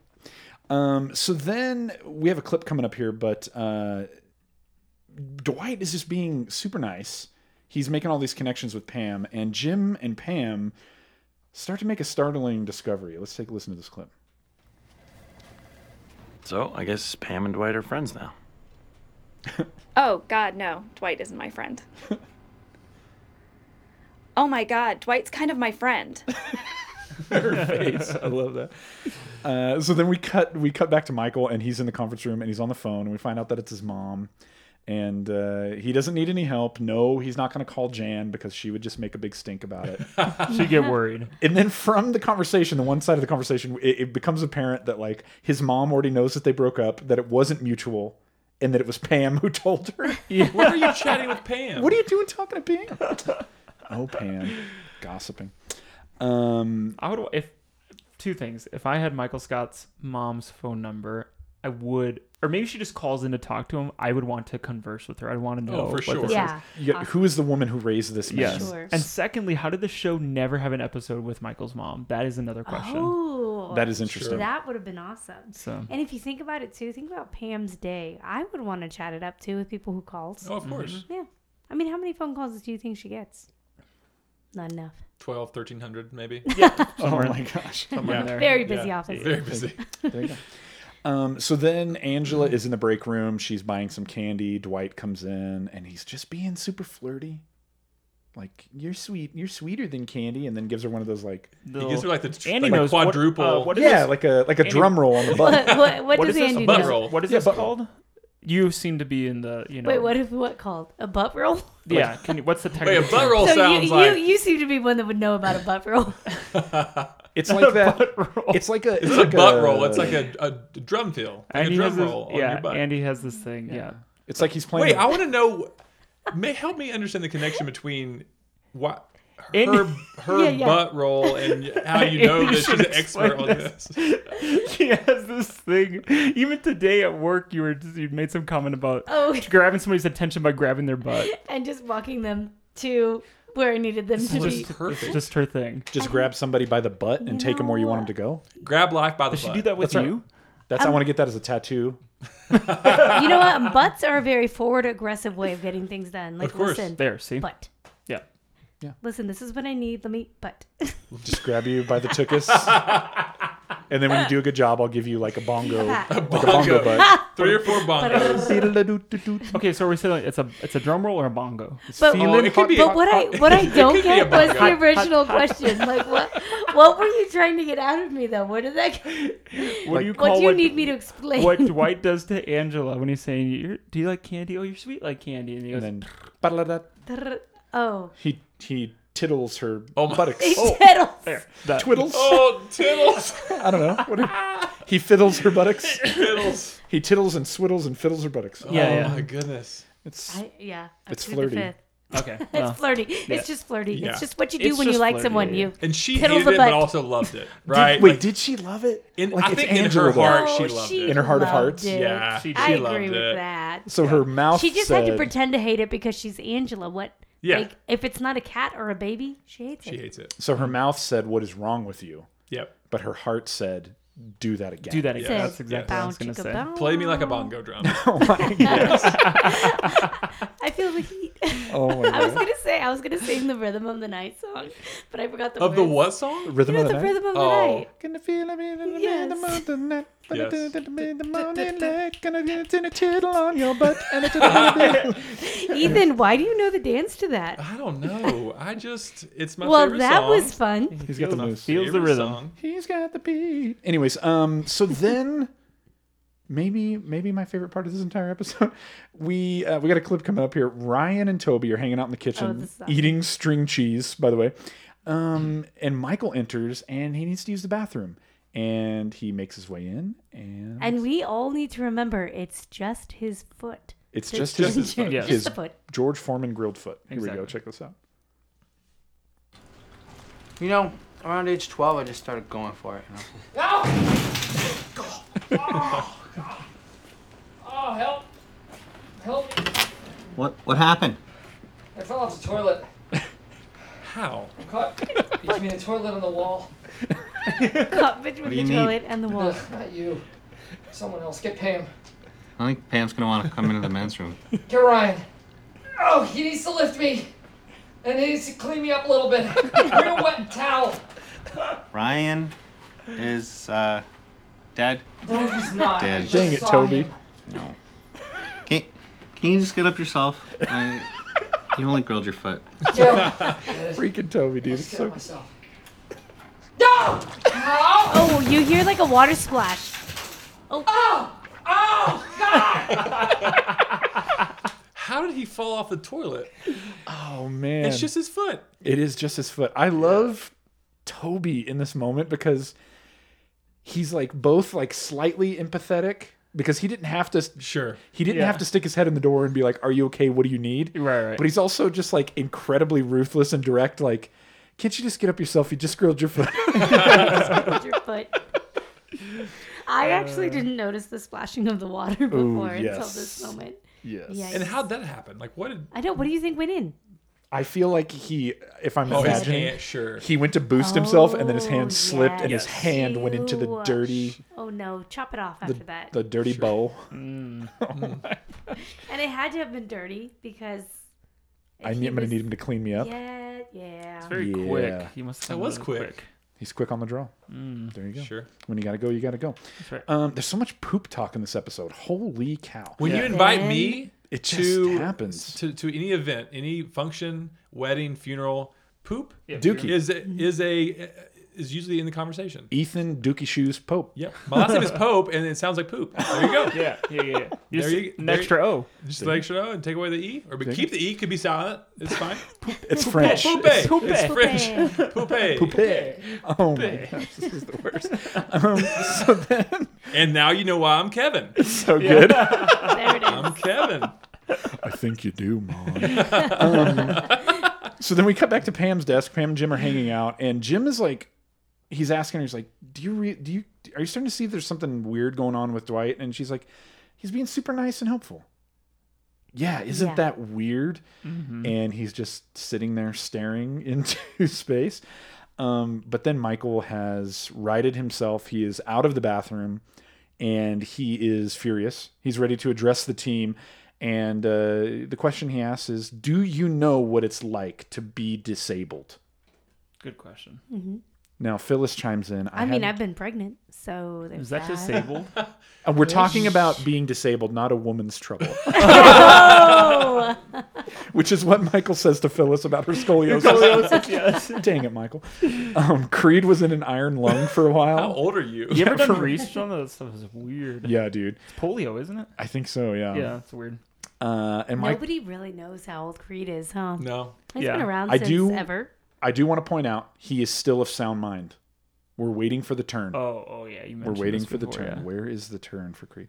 Speaker 1: Um, so then we have a clip coming up here, but uh, Dwight is just being super nice. He's making all these connections with Pam, and Jim and Pam start to make a startling discovery. Let's take a listen to this clip.
Speaker 7: So I guess Pam and Dwight are friends now.
Speaker 8: Oh, God, no. Dwight isn't my friend. oh my God, Dwight's kind of my friend.
Speaker 1: face. I love that. Uh, so then we cut we cut back to Michael, and he's in the conference room, and he's on the phone, and we find out that it's his mom, and uh, he doesn't need any help. No, he's not going to call Jan because she would just make a big stink about it.
Speaker 2: She get worried.
Speaker 1: and then from the conversation, the one side of the conversation, it, it becomes apparent that like his mom already knows that they broke up, that it wasn't mutual, and that it was Pam who told her.
Speaker 4: Why are you chatting with Pam?
Speaker 1: What are you doing talking to Pam? oh, Pam, gossiping. Um,
Speaker 2: I would if two things. If I had Michael Scott's mom's phone number, I would, or maybe she just calls in to talk to him. I would want to converse with her. I'd want to know.
Speaker 4: Oh, for
Speaker 2: what
Speaker 4: sure.
Speaker 2: this is.
Speaker 3: Yeah.
Speaker 1: you got- who is the woman who raised this man?
Speaker 2: Yes.
Speaker 3: Sure.
Speaker 2: And secondly, how did the show never have an episode with Michael's mom? That is another question.
Speaker 3: Oh.
Speaker 1: That is interesting.
Speaker 3: That would have been awesome.
Speaker 2: So
Speaker 3: And if you think about it too, think about Pam's day. I would want to chat it up too with people who calls.
Speaker 4: Oh, of course.
Speaker 3: Yeah. I mean, how many phone calls do you think she gets? Not enough.
Speaker 4: Twelve, thirteen hundred, 12, 1300 maybe.
Speaker 1: Oh my gosh.
Speaker 2: somewhere in there.
Speaker 3: Very busy
Speaker 4: Yeah.
Speaker 3: office.
Speaker 4: Very busy.
Speaker 1: There you go. Um, so then Angela is in the break room. She's buying some candy. Dwight comes in and he's just being super flirty. Like, you're sweet. You're sweeter than candy. And then gives her one of those, like,
Speaker 4: He gives her like the
Speaker 2: Andy
Speaker 4: like
Speaker 2: knows what-
Speaker 4: quadruple.
Speaker 2: uh, what is
Speaker 1: yeah,
Speaker 2: this?
Speaker 1: like a like a drum roll on the butt.
Speaker 3: what what, what
Speaker 2: What
Speaker 3: does
Speaker 2: is this?
Speaker 3: Andy
Speaker 4: A butt
Speaker 3: know?
Speaker 4: roll.
Speaker 2: What is
Speaker 1: Yeah,
Speaker 2: this
Speaker 1: but-
Speaker 2: called? You seem to be in the you know.
Speaker 3: Wait, what if what called? A butt roll?
Speaker 2: Yeah. Can you, what's the
Speaker 4: Wait,
Speaker 2: technical?
Speaker 4: a butt roll
Speaker 3: so
Speaker 4: sounds
Speaker 3: you,
Speaker 4: like.
Speaker 3: you you seem to be one that would know about a butt roll.
Speaker 1: It's like that. It's like a. It's,
Speaker 4: it's
Speaker 1: like
Speaker 4: a butt roll. It's like a, a drum feel. Like
Speaker 2: Andy
Speaker 4: a drum
Speaker 2: has this,
Speaker 4: roll on
Speaker 2: yeah.
Speaker 4: your butt.
Speaker 2: Andy has this thing. Yeah.
Speaker 1: It's like he's playing.
Speaker 4: Wait, I want to know. May help me understand the connection between what her
Speaker 2: Andy-
Speaker 4: her
Speaker 3: Yeah, yeah.
Speaker 4: butt roll and how you know
Speaker 2: Andy
Speaker 4: that she's
Speaker 2: should
Speaker 4: an
Speaker 2: explain
Speaker 4: expert on
Speaker 2: this.
Speaker 4: this.
Speaker 2: she has this thing. Even today at work, you were you made some comment about
Speaker 3: Oh.
Speaker 2: grabbing somebody's attention by grabbing their butt.
Speaker 3: and just walking them to where I needed them to be.
Speaker 4: Just perfect.
Speaker 2: It's just her thing.
Speaker 1: just grab somebody by the butt and take them where you want them to go.
Speaker 4: Grab life by the
Speaker 2: Does she
Speaker 4: butt.
Speaker 2: do that with
Speaker 1: That's right.
Speaker 2: you?
Speaker 1: That's I want to get that as a tattoo.
Speaker 3: You know what? Butts are a very forward, aggressive way of getting things done. Like,
Speaker 4: Of course.
Speaker 3: listen,
Speaker 2: There, see.
Speaker 3: butt.
Speaker 2: Yeah.
Speaker 3: Listen, this is what I need. Let me butt.
Speaker 1: Just grab you by the tuchus. and then when you do a good job, I'll give you like a bongo. Like a bongo
Speaker 4: Bongo.
Speaker 1: butt.
Speaker 4: Three or four
Speaker 3: uh,
Speaker 4: bongos.
Speaker 2: Okay, so we're saying it's a it's a drum roll or a bongo.
Speaker 3: But,
Speaker 1: feeling
Speaker 4: Oh, it could be
Speaker 3: but what I what I don't
Speaker 4: could be
Speaker 3: get
Speaker 4: a
Speaker 3: was
Speaker 4: butt.
Speaker 3: the original question. Like what what were you trying to get out of me though? What did that
Speaker 2: What do you call
Speaker 3: what do you
Speaker 2: what,
Speaker 3: need me to explain?
Speaker 2: what Dwight does to Angela when he's saying, you're, "Do you like candy? Oh, you're sweet like candy." And he goes,
Speaker 1: And then
Speaker 3: oh.
Speaker 1: he he tittles her
Speaker 4: Oh my-
Speaker 1: buttocks.
Speaker 3: He
Speaker 1: Oh,
Speaker 3: said-
Speaker 2: there, that.
Speaker 1: twiddles.
Speaker 4: Oh, tittles.
Speaker 1: I don't know. What do you- he fiddles her buttocks.
Speaker 4: tittles.
Speaker 1: He tittles and swiddles and fiddles her buttocks.
Speaker 2: Yeah,
Speaker 4: oh
Speaker 2: yeah.
Speaker 4: my goodness.
Speaker 1: It's
Speaker 3: I, yeah. I
Speaker 1: It's
Speaker 3: plead the
Speaker 1: flirty.
Speaker 3: fifth.
Speaker 2: Okay.
Speaker 3: It's
Speaker 2: well.
Speaker 3: flirty. It's just flirty.
Speaker 4: Yeah.
Speaker 3: It's just what you do
Speaker 2: It's
Speaker 3: when you
Speaker 2: just
Speaker 3: like
Speaker 2: flirty,
Speaker 3: someone.
Speaker 2: yeah,
Speaker 3: You
Speaker 4: And she
Speaker 3: Tittles
Speaker 4: hated
Speaker 3: the
Speaker 4: it, but
Speaker 3: butt.
Speaker 4: also loved it, right?
Speaker 1: wait.
Speaker 4: Like,
Speaker 1: did she love it?
Speaker 4: in,
Speaker 1: Like,
Speaker 4: I
Speaker 1: it's
Speaker 4: think in her
Speaker 1: Angela, though.
Speaker 4: heart,
Speaker 3: No,
Speaker 4: she loved
Speaker 3: she
Speaker 4: it.
Speaker 1: In her heart of
Speaker 3: loved
Speaker 1: hearts?
Speaker 3: it.
Speaker 4: Yeah, she,
Speaker 3: I
Speaker 4: loved
Speaker 3: agree
Speaker 4: it.
Speaker 3: with that.
Speaker 1: So her mouth.
Speaker 3: She just
Speaker 1: said,
Speaker 3: had to pretend to hate it because she's Angela. What?
Speaker 4: Yeah.
Speaker 3: Like, if it's not a cat or a baby, she hates
Speaker 4: She
Speaker 3: it.
Speaker 4: hates it.
Speaker 1: So her mouth said, "What is wrong with you?"
Speaker 4: Yep.
Speaker 1: But her heart said, "Do that again."
Speaker 2: Do that
Speaker 4: Yeah.
Speaker 2: again.
Speaker 3: Said,
Speaker 2: That's exactly what I was
Speaker 3: "Bow,
Speaker 2: gonna
Speaker 3: chicka,
Speaker 2: say.
Speaker 3: bow."
Speaker 4: Play me like a bongo drum.
Speaker 3: I feel the heat.
Speaker 1: Oh my
Speaker 3: I was
Speaker 1: god.
Speaker 3: gonna say I was gonna sing the rhythm of the night song, but I forgot the
Speaker 4: of the
Speaker 3: words.
Speaker 4: what song?
Speaker 1: Rhythm
Speaker 3: You know,
Speaker 1: of the,
Speaker 3: the
Speaker 1: night.
Speaker 3: rhythm of the
Speaker 4: Oh.
Speaker 3: night.
Speaker 1: Gonna feel it in the
Speaker 3: Yes.
Speaker 1: rhythm of the night.
Speaker 4: Yes.
Speaker 1: In the morning light. Gonna get a tittle on your butt and a tittle on your butt.
Speaker 3: Ethan, why do you know the dance to that?
Speaker 4: I don't know. I just it's my
Speaker 3: well,
Speaker 4: favorite
Speaker 3: that
Speaker 4: song.
Speaker 3: was fun.
Speaker 1: He's got the
Speaker 4: My
Speaker 1: moves.
Speaker 2: Feels the
Speaker 4: favorite
Speaker 2: rhythm.
Speaker 4: song.
Speaker 1: He's got the beat. Anyways, um, so then maybe maybe my favorite part of this entire episode, we uh, we got a clip coming up here. Ryan and Toby are hanging out in the kitchen
Speaker 3: this is awesome.
Speaker 1: eating string cheese. By the way, um, and Michael enters and he needs to use the bathroom and he makes his way in and,
Speaker 3: And we all need to remember it's just his foot.
Speaker 1: it's just, his,
Speaker 4: just his foot.
Speaker 2: Yeah.
Speaker 1: his
Speaker 3: Just the foot.
Speaker 1: George Foreman grilled foot. Here we go.
Speaker 2: Exactly.
Speaker 1: Check this out.
Speaker 9: You know, around age 12, I just started going for it. You know?
Speaker 6: Oh, Help me.
Speaker 10: What what happened?
Speaker 6: I fell off the toilet.
Speaker 4: How?
Speaker 6: I'm caught between the toilet and the wall.
Speaker 3: Caught between
Speaker 10: What do you
Speaker 3: the
Speaker 10: need?
Speaker 3: toilet and the wall.
Speaker 6: Not you. Someone else. Get Pam.
Speaker 10: I think Pam's gonna want to come into the men's room.
Speaker 6: Get Ryan. Oh, he needs to lift me. And he needs to clean me up a little bit. Bring a wet towel.
Speaker 10: Ryan is uh, dead.
Speaker 6: No, he's not. I
Speaker 10: Dead.
Speaker 6: just
Speaker 1: Dang it,
Speaker 6: saw
Speaker 1: Toby.
Speaker 6: him.
Speaker 10: No. Can Can you just get up yourself? I, you only grilled your foot.
Speaker 6: Yeah.
Speaker 1: Freaking Toby, dude. It's
Speaker 6: Just get
Speaker 1: so
Speaker 6: up myself. No! No!
Speaker 3: Oh, you hear like a water splash.
Speaker 6: Oh! Oh! God!
Speaker 4: How did he fall off the toilet?
Speaker 1: Oh man.
Speaker 4: It's just his foot.
Speaker 1: It is just his foot. I love Toby in this moment because he's like both like slightly empathetic because he didn't have to
Speaker 4: Sure.
Speaker 1: he didn't
Speaker 2: Yeah.
Speaker 1: have to stick his head in the door and be like, "Are you okay? What do you need?"
Speaker 2: Right, right.
Speaker 1: But he's also just like incredibly ruthless and direct. Like, can't you just get up yourself? You just grilled your foot.
Speaker 3: Hold your foot. I actually didn't notice the splashing of the water before until
Speaker 1: Uh, yes.
Speaker 3: this moment.
Speaker 1: yes.
Speaker 3: Yikes.
Speaker 4: And how'd that happen? Like, what did.
Speaker 3: I know. What do you think went in?
Speaker 1: I feel like he, if I'm
Speaker 4: Oh, his
Speaker 1: imagining,
Speaker 4: hand, sure.
Speaker 1: he went to boost himself and then his hand
Speaker 3: Oh,
Speaker 1: slipped and his
Speaker 3: yes.
Speaker 1: hand went into the
Speaker 3: Ew.
Speaker 1: dirty,
Speaker 3: Oh no! Chop it off
Speaker 1: the,
Speaker 3: after that.
Speaker 1: the dirty bowl.
Speaker 3: and it had to have been dirty because.
Speaker 1: I
Speaker 3: he
Speaker 1: need, I'm gonna
Speaker 3: was-
Speaker 1: need him to clean me up.
Speaker 3: Yeah, yeah.
Speaker 2: It's very
Speaker 1: Yeah.
Speaker 2: quick. He must. Have
Speaker 4: That was
Speaker 2: been
Speaker 4: quick.
Speaker 1: He's quick on the draw. There you go.
Speaker 4: Mm. Sure.
Speaker 1: When you gotta go, you gotta go.
Speaker 2: That's right.
Speaker 1: Um, there's so much poop talk in this episode. Holy cow!
Speaker 4: When you
Speaker 2: Yeah.
Speaker 4: invite me
Speaker 1: It just
Speaker 4: to,
Speaker 1: happens.
Speaker 4: To, to any event, any function, wedding, funeral, poop
Speaker 1: Dookie.
Speaker 4: is a, is a is usually in the conversation.
Speaker 1: Ethan Dookie Shoes Pope.
Speaker 4: Yeah. My last name is Pope, and it sounds like poop. There you go.
Speaker 2: Yeah, yeah, yeah. yeah. You
Speaker 4: There
Speaker 2: just-
Speaker 4: you-
Speaker 2: an
Speaker 4: there-
Speaker 2: extra O.
Speaker 4: Just like show and take away the e, or but keep the e. Could be silent. It's fine.
Speaker 1: It's French.
Speaker 4: Poupe.
Speaker 1: It's-
Speaker 2: Poupe.
Speaker 4: It's French. Poupe.
Speaker 1: Poupe. Oh my gosh, this is the worst. Um, so then,
Speaker 4: And now you know why I'm Kevin.
Speaker 1: so good.
Speaker 3: There it is.
Speaker 4: I'm Kevin.
Speaker 1: I think you do, Mom. um, so then we cut back to Pam's desk. Pam and Jim are hanging out, and Jim is like, he's asking her, he's like, "Do you re- do you are you starting to see if there's something weird going on with Dwight?" And she's like, "He's being super nice and helpful." Yeah, isn't
Speaker 3: Yeah.
Speaker 1: that weird? And he's just sitting there staring into space. Um, but then Michael has righted himself. He is out of the bathroom and he is furious. He's ready to address the team. And uh, the question he asks is Do you know what it's like to be disabled?
Speaker 2: Good question.
Speaker 1: Now, Phyllis chimes in.
Speaker 3: I mean, I've
Speaker 1: hadn't-
Speaker 3: been pregnant, so there's
Speaker 2: Is that disabled?
Speaker 1: uh, we're talking about being disabled, not a woman's trouble,
Speaker 3: Oh,
Speaker 1: which is what Michael says to Phyllis about her scoliosis. Dang it, Michael. Um, Creed was in an iron lung for a
Speaker 4: How
Speaker 1: while.
Speaker 4: old are you?
Speaker 2: You ever done research on that? that stuff? Is weird.
Speaker 1: Yeah, dude.
Speaker 2: It's polio, isn't it?
Speaker 1: I think so, yeah.
Speaker 2: yeah, it's weird.
Speaker 1: Uh, and Mike,
Speaker 3: nobody really knows how old Creed is, huh?
Speaker 4: No.
Speaker 3: He's
Speaker 2: Yeah.
Speaker 3: been around
Speaker 1: I
Speaker 3: since
Speaker 1: do-
Speaker 3: ever.
Speaker 1: I do want to point out he is still of sound mind. We're waiting for the turn.
Speaker 2: Oh, oh yeah. You
Speaker 1: We're
Speaker 2: mentioned
Speaker 1: waiting
Speaker 2: this
Speaker 1: for the
Speaker 2: before,
Speaker 1: turn.
Speaker 2: yeah.
Speaker 1: Where is the turn for Creed?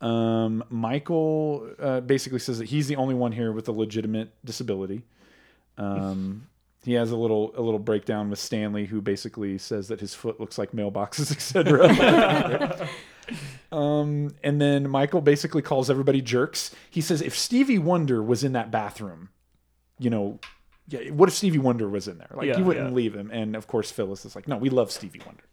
Speaker 1: Um, Michael uh, basically says that he's the only one here with a legitimate disability. Um, he has a little a little breakdown with Stanley, who basically says that his foot looks like mailboxes, etc. um, and then Michael basically calls everybody jerks. He says if Stevie Wonder was in that bathroom, you know. Yeah, what if Stevie Wonder was in there? Like
Speaker 2: Yeah,
Speaker 1: you wouldn't
Speaker 2: yeah.
Speaker 1: leave him, and of course Phyllis is like, "No, we love Stevie Wonder.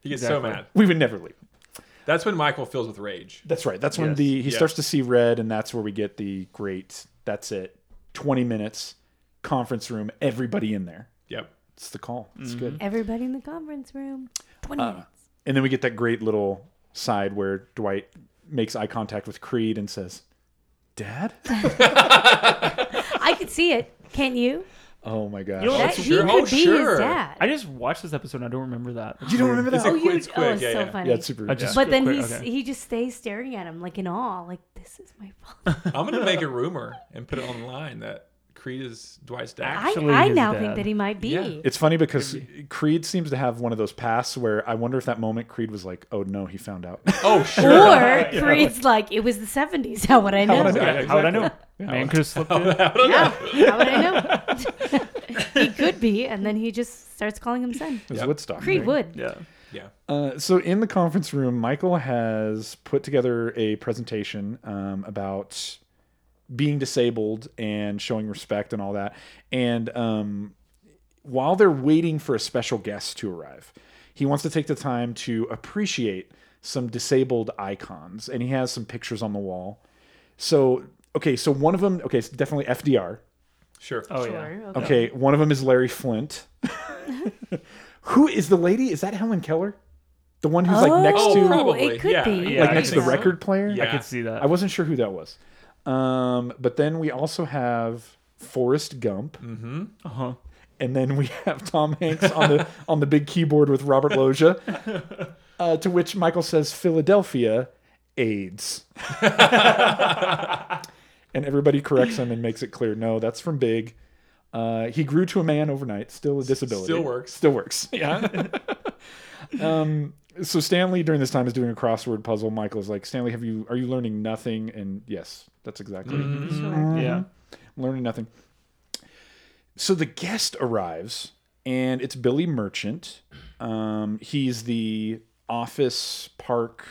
Speaker 4: He gets
Speaker 2: Exactly.
Speaker 4: so mad.
Speaker 1: We would never leave." him.
Speaker 4: That's when Michael fills with rage.
Speaker 1: That's right. That's when
Speaker 2: Yes.
Speaker 1: the he
Speaker 4: Yeah.
Speaker 1: starts to see red, and that's where we get the great. That's it. Twenty minutes, conference room, everybody in there.
Speaker 4: Yep.
Speaker 1: It's the call. It's good.
Speaker 3: Everybody in the conference room. Twenty
Speaker 1: Uh.
Speaker 3: minutes.
Speaker 1: And then we get that great little side where Dwight makes eye contact with Creed and says, "Dad."
Speaker 3: I could see it. Can't you?
Speaker 1: oh my gosh.
Speaker 2: You know- Oh,
Speaker 3: that
Speaker 2: it's
Speaker 3: he
Speaker 4: sure.
Speaker 3: could
Speaker 4: Oh,
Speaker 3: be
Speaker 4: sure.
Speaker 3: his dad.
Speaker 2: I just watched this episode. and I don't remember that.
Speaker 1: you don't remember that?
Speaker 4: It's a
Speaker 1: Oh,
Speaker 3: oh, you.
Speaker 4: it's
Speaker 3: oh,
Speaker 4: quick,
Speaker 3: it's
Speaker 4: yeah,
Speaker 3: so
Speaker 4: yeah.
Speaker 3: funny.
Speaker 1: yeah, it's super.
Speaker 2: I just-
Speaker 3: but then
Speaker 2: Quick,
Speaker 3: he's
Speaker 2: okay.
Speaker 3: he just stays staring at him like in awe, like this is my father.
Speaker 4: I'm gonna make a rumor and put it online that Creed is Dwight's dad.
Speaker 3: I,
Speaker 2: Actually,
Speaker 3: I
Speaker 2: his
Speaker 3: now
Speaker 2: dad.
Speaker 3: think that he might be.
Speaker 4: Yeah.
Speaker 1: It's funny because Creed seems to have one of those pasts where I wonder if that moment Creed was like, "Oh no, he found out."
Speaker 4: oh sure.
Speaker 3: Or Creed's like, it was the 70s. How would I know?
Speaker 1: would I know?
Speaker 2: Yeah, How would I know? Man could have slipped
Speaker 4: Oh,
Speaker 2: in.
Speaker 3: Yeah. How would I know? he could be, and then he just starts calling him son.
Speaker 1: It was Woodstock.
Speaker 3: Creed
Speaker 1: right?
Speaker 3: would.
Speaker 2: Yeah.
Speaker 4: yeah.
Speaker 1: Uh, so in the conference room, Michael has put together a presentation um, about being disabled and showing respect and all that. And um, while they're waiting for a special guest to arrive, he wants to take the time to appreciate some disabled icons, and he has some pictures on the wall. So, okay, so one of them, okay, it's definitely FDR.
Speaker 4: Sure.
Speaker 2: Oh yeah.
Speaker 3: Sure, okay.
Speaker 1: Okay, one of them is Larry Flint. Who is the lady? Is that Helen Keller? The one who's like next
Speaker 4: Oh,
Speaker 1: to
Speaker 4: probably.
Speaker 3: it could
Speaker 4: yeah,
Speaker 3: be.
Speaker 4: yeah,
Speaker 1: like
Speaker 2: I
Speaker 1: next to
Speaker 2: think
Speaker 1: the
Speaker 2: so.
Speaker 1: record player.
Speaker 4: Yeah.
Speaker 2: I could see that.
Speaker 1: I wasn't sure who that was. Um, but then we also have Forrest Gump,
Speaker 4: Mm-hmm.
Speaker 2: uh-huh.
Speaker 1: and then we have Tom Hanks on the on the big keyboard with Robert Loggia. Uh, to which Michael says, "Philadelphia, AIDS," and everybody corrects him and makes it clear, no, that's from Big. Uh, he grew to a man overnight, still a disability.
Speaker 4: still works.
Speaker 1: Still works. Yeah. um, so Stanley during this time is doing a crossword puzzle. Michael is like, Stanley, have you are you learning nothing? And yes, that's exactly
Speaker 4: Mm-hmm.
Speaker 2: Yeah.
Speaker 1: learning nothing. So the guest arrives, and it's Billy Merchant. Um, he's the office park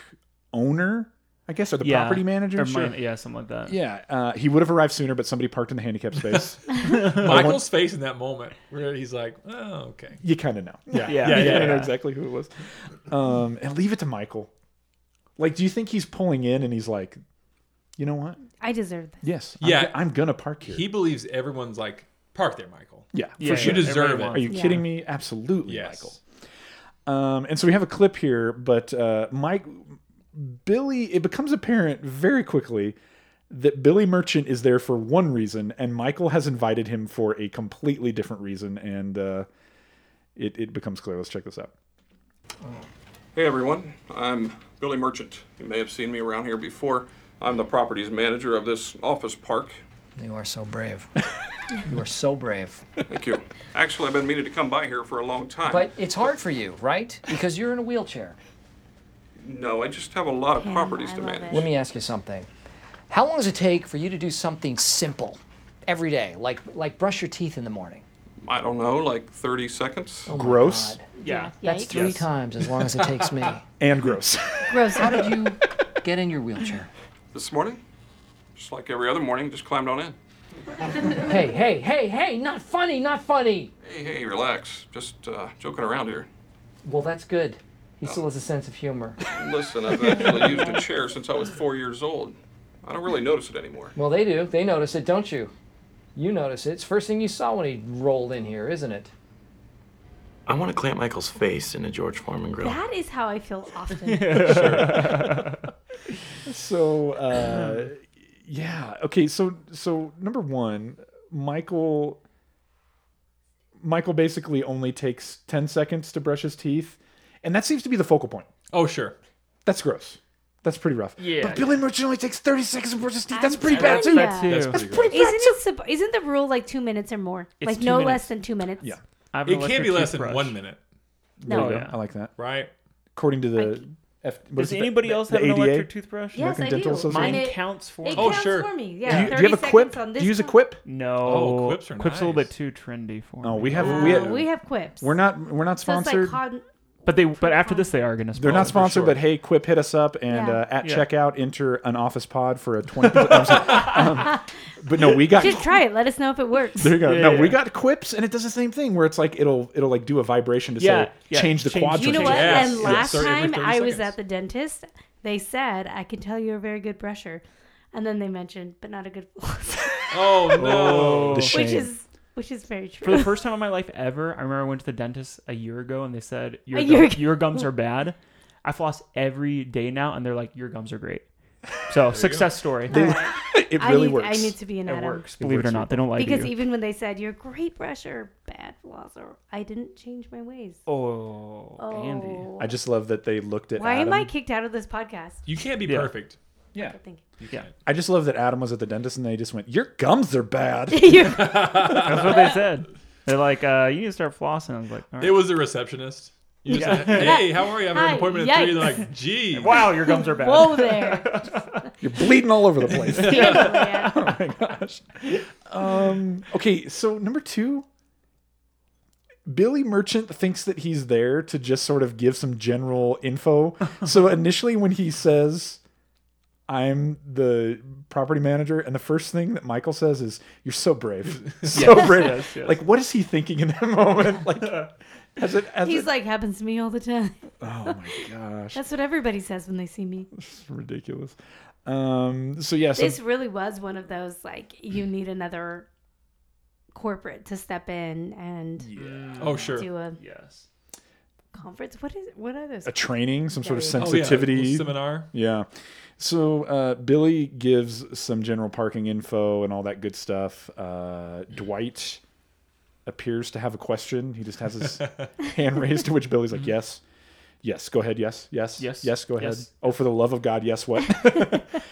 Speaker 1: owner, I guess, or the
Speaker 2: Yeah.
Speaker 1: property manager.
Speaker 2: Or
Speaker 1: Sure.
Speaker 2: mine- yeah, something like that.
Speaker 1: Yeah, uh, he would have arrived sooner, but somebody parked in the handicap space.
Speaker 4: Michael's face in that moment where he's like, "Oh, okay."
Speaker 1: you kind of know. Yeah,
Speaker 2: Yeah,
Speaker 1: you
Speaker 2: yeah,
Speaker 1: kinda know
Speaker 2: yeah.
Speaker 1: exactly who it was. Um, and leave it to Michael. Like, do you think he's pulling in and he's like, you know what?
Speaker 3: I deserve this.
Speaker 1: Yes.
Speaker 4: Yeah.
Speaker 1: I'm, I'm gonna park here.
Speaker 4: He believes everyone's like, "Park there, Michael."
Speaker 1: yeah,
Speaker 2: Yeah,
Speaker 1: for sure.
Speaker 4: You deserve
Speaker 2: everybody
Speaker 4: it.
Speaker 1: Are
Speaker 2: wants-
Speaker 1: you
Speaker 3: Yeah.
Speaker 1: kidding me? Absolutely,
Speaker 4: Yes.
Speaker 1: Michael. Um, and so we have a clip here, but uh, Mike, Billy, it becomes apparent very quickly that Billy Merchant is there for one reason, and Michael has invited him for a completely different reason, and uh, it, it becomes clear. Let's check this out.
Speaker 11: Hey everyone, I'm Billy Merchant. You may have seen me around here before. I'm the properties manager of this office park.
Speaker 12: You are so brave. you are so brave.
Speaker 11: Thank you. Actually, I've been meaning to come by here for a long time.
Speaker 12: But it's hard for you, right? Because you're in a wheelchair.
Speaker 11: no, I just have a lot of properties to manage.
Speaker 12: Let me ask you something. How long does it take for you to do something simple every day, like like brush your teeth in the morning?
Speaker 11: I don't know, like 30 seconds.
Speaker 12: Oh my
Speaker 1: Gross
Speaker 12: God.
Speaker 2: Yeah.
Speaker 12: That's
Speaker 3: Yikes.
Speaker 12: three times as long as it takes me.
Speaker 1: and gross.
Speaker 3: Gross.
Speaker 12: How did you get in your wheelchair?
Speaker 11: This morning, just like every other morning, just climbed on in.
Speaker 12: Hey, hey, hey, hey! Not funny, not funny.
Speaker 11: Hey, hey, relax. Just uh, joking around here.
Speaker 12: Well, that's good. He still has a sense of humor.
Speaker 11: Listen, I've actually used a chair since I was four years old. I don't really notice it anymore.
Speaker 12: Well, they do. They notice it, don't you? You notice it. It's first thing you saw when he rolled in here, isn't it?
Speaker 7: I want to clamp Michael's face in a George Foreman grill.
Speaker 3: That is how I feel often.
Speaker 1: so uh yeah okay so so number one michael michael basically only takes 10 seconds to brush his teeth and that seems to be the focal point
Speaker 4: Oh, sure.
Speaker 1: that's gross that's pretty rough
Speaker 2: Yeah.
Speaker 1: but billy merchant only takes 30 seconds to brush his teeth
Speaker 3: I'm
Speaker 1: that's pretty bad
Speaker 3: telling
Speaker 1: too
Speaker 3: ya.
Speaker 2: That too.
Speaker 4: That's pretty good.
Speaker 1: pretty bad
Speaker 3: Isn't it? sup- Isn't the rule like two minutes or more?
Speaker 2: It's
Speaker 3: like
Speaker 2: two
Speaker 3: no
Speaker 2: minutes.
Speaker 3: less than two minutes.
Speaker 1: Yeah.
Speaker 2: I have an
Speaker 4: It can't be
Speaker 2: electric
Speaker 4: less than
Speaker 2: toothbrush.
Speaker 4: one minute,
Speaker 1: There
Speaker 2: Oh,
Speaker 1: you go.
Speaker 2: yeah.
Speaker 1: i like that
Speaker 4: right?
Speaker 1: according to the F, what
Speaker 2: Does
Speaker 1: is it, the-
Speaker 2: anybody else
Speaker 1: the
Speaker 2: have an
Speaker 1: ADA?
Speaker 2: electric toothbrush?
Speaker 3: Yes, I
Speaker 1: Dental
Speaker 3: do.
Speaker 1: Association?
Speaker 2: Mine
Speaker 1: Mine
Speaker 3: it,
Speaker 2: counts for.
Speaker 3: it
Speaker 2: me.
Speaker 4: Oh,
Speaker 3: counts
Speaker 4: sure.
Speaker 3: for me.
Speaker 1: do
Speaker 3: Yeah.
Speaker 1: you, do
Speaker 3: 30
Speaker 1: you have a quip
Speaker 3: seconds on
Speaker 1: do
Speaker 3: this
Speaker 1: you use a
Speaker 3: count.
Speaker 1: quip
Speaker 2: No.
Speaker 4: Oh, quips are
Speaker 2: Quip's a little
Speaker 4: nice.
Speaker 2: bit too trendy for.
Speaker 1: no
Speaker 2: me.
Speaker 1: we have
Speaker 3: Uh,
Speaker 1: we
Speaker 3: we,
Speaker 1: have,
Speaker 3: have, quips.
Speaker 1: Oh. we're not we're not
Speaker 3: so it's like
Speaker 1: sponsored
Speaker 3: con-
Speaker 2: But they. But after this, they are gonna.
Speaker 1: They're not sponsored,
Speaker 2: sponsor.
Speaker 4: sure.
Speaker 1: but hey, Quip, hit us up and
Speaker 3: Yeah.
Speaker 1: uh, at
Speaker 2: Oh, Yeah.
Speaker 1: checkout enter an office pod for a twenty. percent I'm sorry. Um, but no, we got
Speaker 3: just try it. Let us know if it works.
Speaker 1: there you go.
Speaker 2: Yeah,
Speaker 1: no,
Speaker 2: yeah,
Speaker 1: we
Speaker 2: yeah.
Speaker 1: got Quips, and it does the same thing where it's like it'll it'll like do a vibration to
Speaker 2: Yeah,
Speaker 1: say
Speaker 2: yeah,
Speaker 1: change the
Speaker 2: change-
Speaker 1: quadrant.
Speaker 3: You know what?
Speaker 4: Yes.
Speaker 3: and
Speaker 4: Yes.
Speaker 3: last
Speaker 4: Every
Speaker 3: time
Speaker 4: 30
Speaker 3: I was
Speaker 4: seconds.
Speaker 3: at the dentist, they said I can tell you're a very good brusher, and then they mentioned, but not a good flosser,
Speaker 4: Oh no.
Speaker 1: The shame.
Speaker 3: which is which is very
Speaker 2: For
Speaker 3: true.
Speaker 2: the first time in my life ever, I remember I went to the dentist a year ago and they said your,
Speaker 3: A year
Speaker 2: gum-
Speaker 3: ago.
Speaker 2: your gums are bad. I floss every day now and they're like your gums are great. So success story.
Speaker 1: They- it
Speaker 3: I
Speaker 1: really
Speaker 3: need,
Speaker 1: works.
Speaker 3: I need to be an
Speaker 2: it
Speaker 3: Adam
Speaker 2: works. Believe it or
Speaker 1: works.
Speaker 2: not, they don't like
Speaker 3: because
Speaker 2: you.
Speaker 3: even when they said you're a great brusher, bad flosser, I didn't change my ways.
Speaker 2: oh, Andy.
Speaker 3: Oh.
Speaker 1: I just love that they looked at.
Speaker 3: Why
Speaker 1: Adam.
Speaker 3: am I kicked out of this podcast?
Speaker 4: You can't be
Speaker 2: Yeah.
Speaker 4: perfect.
Speaker 1: Yeah,
Speaker 3: I think.
Speaker 1: I just love that Adam was at the dentist and they just went, "Your gums are bad."
Speaker 3: You're-
Speaker 2: That's what they said. They're like, uh, you need to start flossing. I was like, All
Speaker 4: It
Speaker 2: right.
Speaker 4: was a receptionist. You just
Speaker 2: Yeah.
Speaker 4: said, hey, how are you? I have
Speaker 3: Hi,
Speaker 4: an appointment at three. They're
Speaker 3: yikes.
Speaker 4: like, gee.
Speaker 2: wow, your gums are bad.
Speaker 3: Whoa there.
Speaker 1: You're bleeding all over the place.
Speaker 3: Damn, man.
Speaker 1: oh my gosh. Um, okay, so number two, Billy Merchant thinks that he's there to just sort of give some general info. so initially, when he says, I'm the property manager, and the first thing that Michael says is, "You're so brave, so
Speaker 2: Yes,
Speaker 1: brave."
Speaker 2: yes, yes.
Speaker 1: Like, what is he thinking in that moment? Like, has it? Has
Speaker 3: He's
Speaker 1: it-
Speaker 3: like, happens to me all the time.
Speaker 1: Oh my gosh.
Speaker 3: That's what everybody says when they see me.
Speaker 1: It's ridiculous. Um. So yeah. So
Speaker 3: this really was one of those, like, you need another corporate to step in and
Speaker 4: Yeah. Oh, sure.
Speaker 3: do a
Speaker 2: yes.
Speaker 3: conference. What is What are those?
Speaker 1: a training, some sort of
Speaker 4: Oh, yeah, a little
Speaker 1: sensitivity
Speaker 4: seminar.
Speaker 1: Yeah. So uh, Billy gives some general parking info and all that good stuff. Uh, Dwight appears to have a question. He just has his hand raised, to which Billy's like, "Yes, yes, go ahead, yes, yes,
Speaker 2: Yes,
Speaker 1: yes, go ahead.
Speaker 2: yes.
Speaker 1: Oh, for the love of God, yes, what?"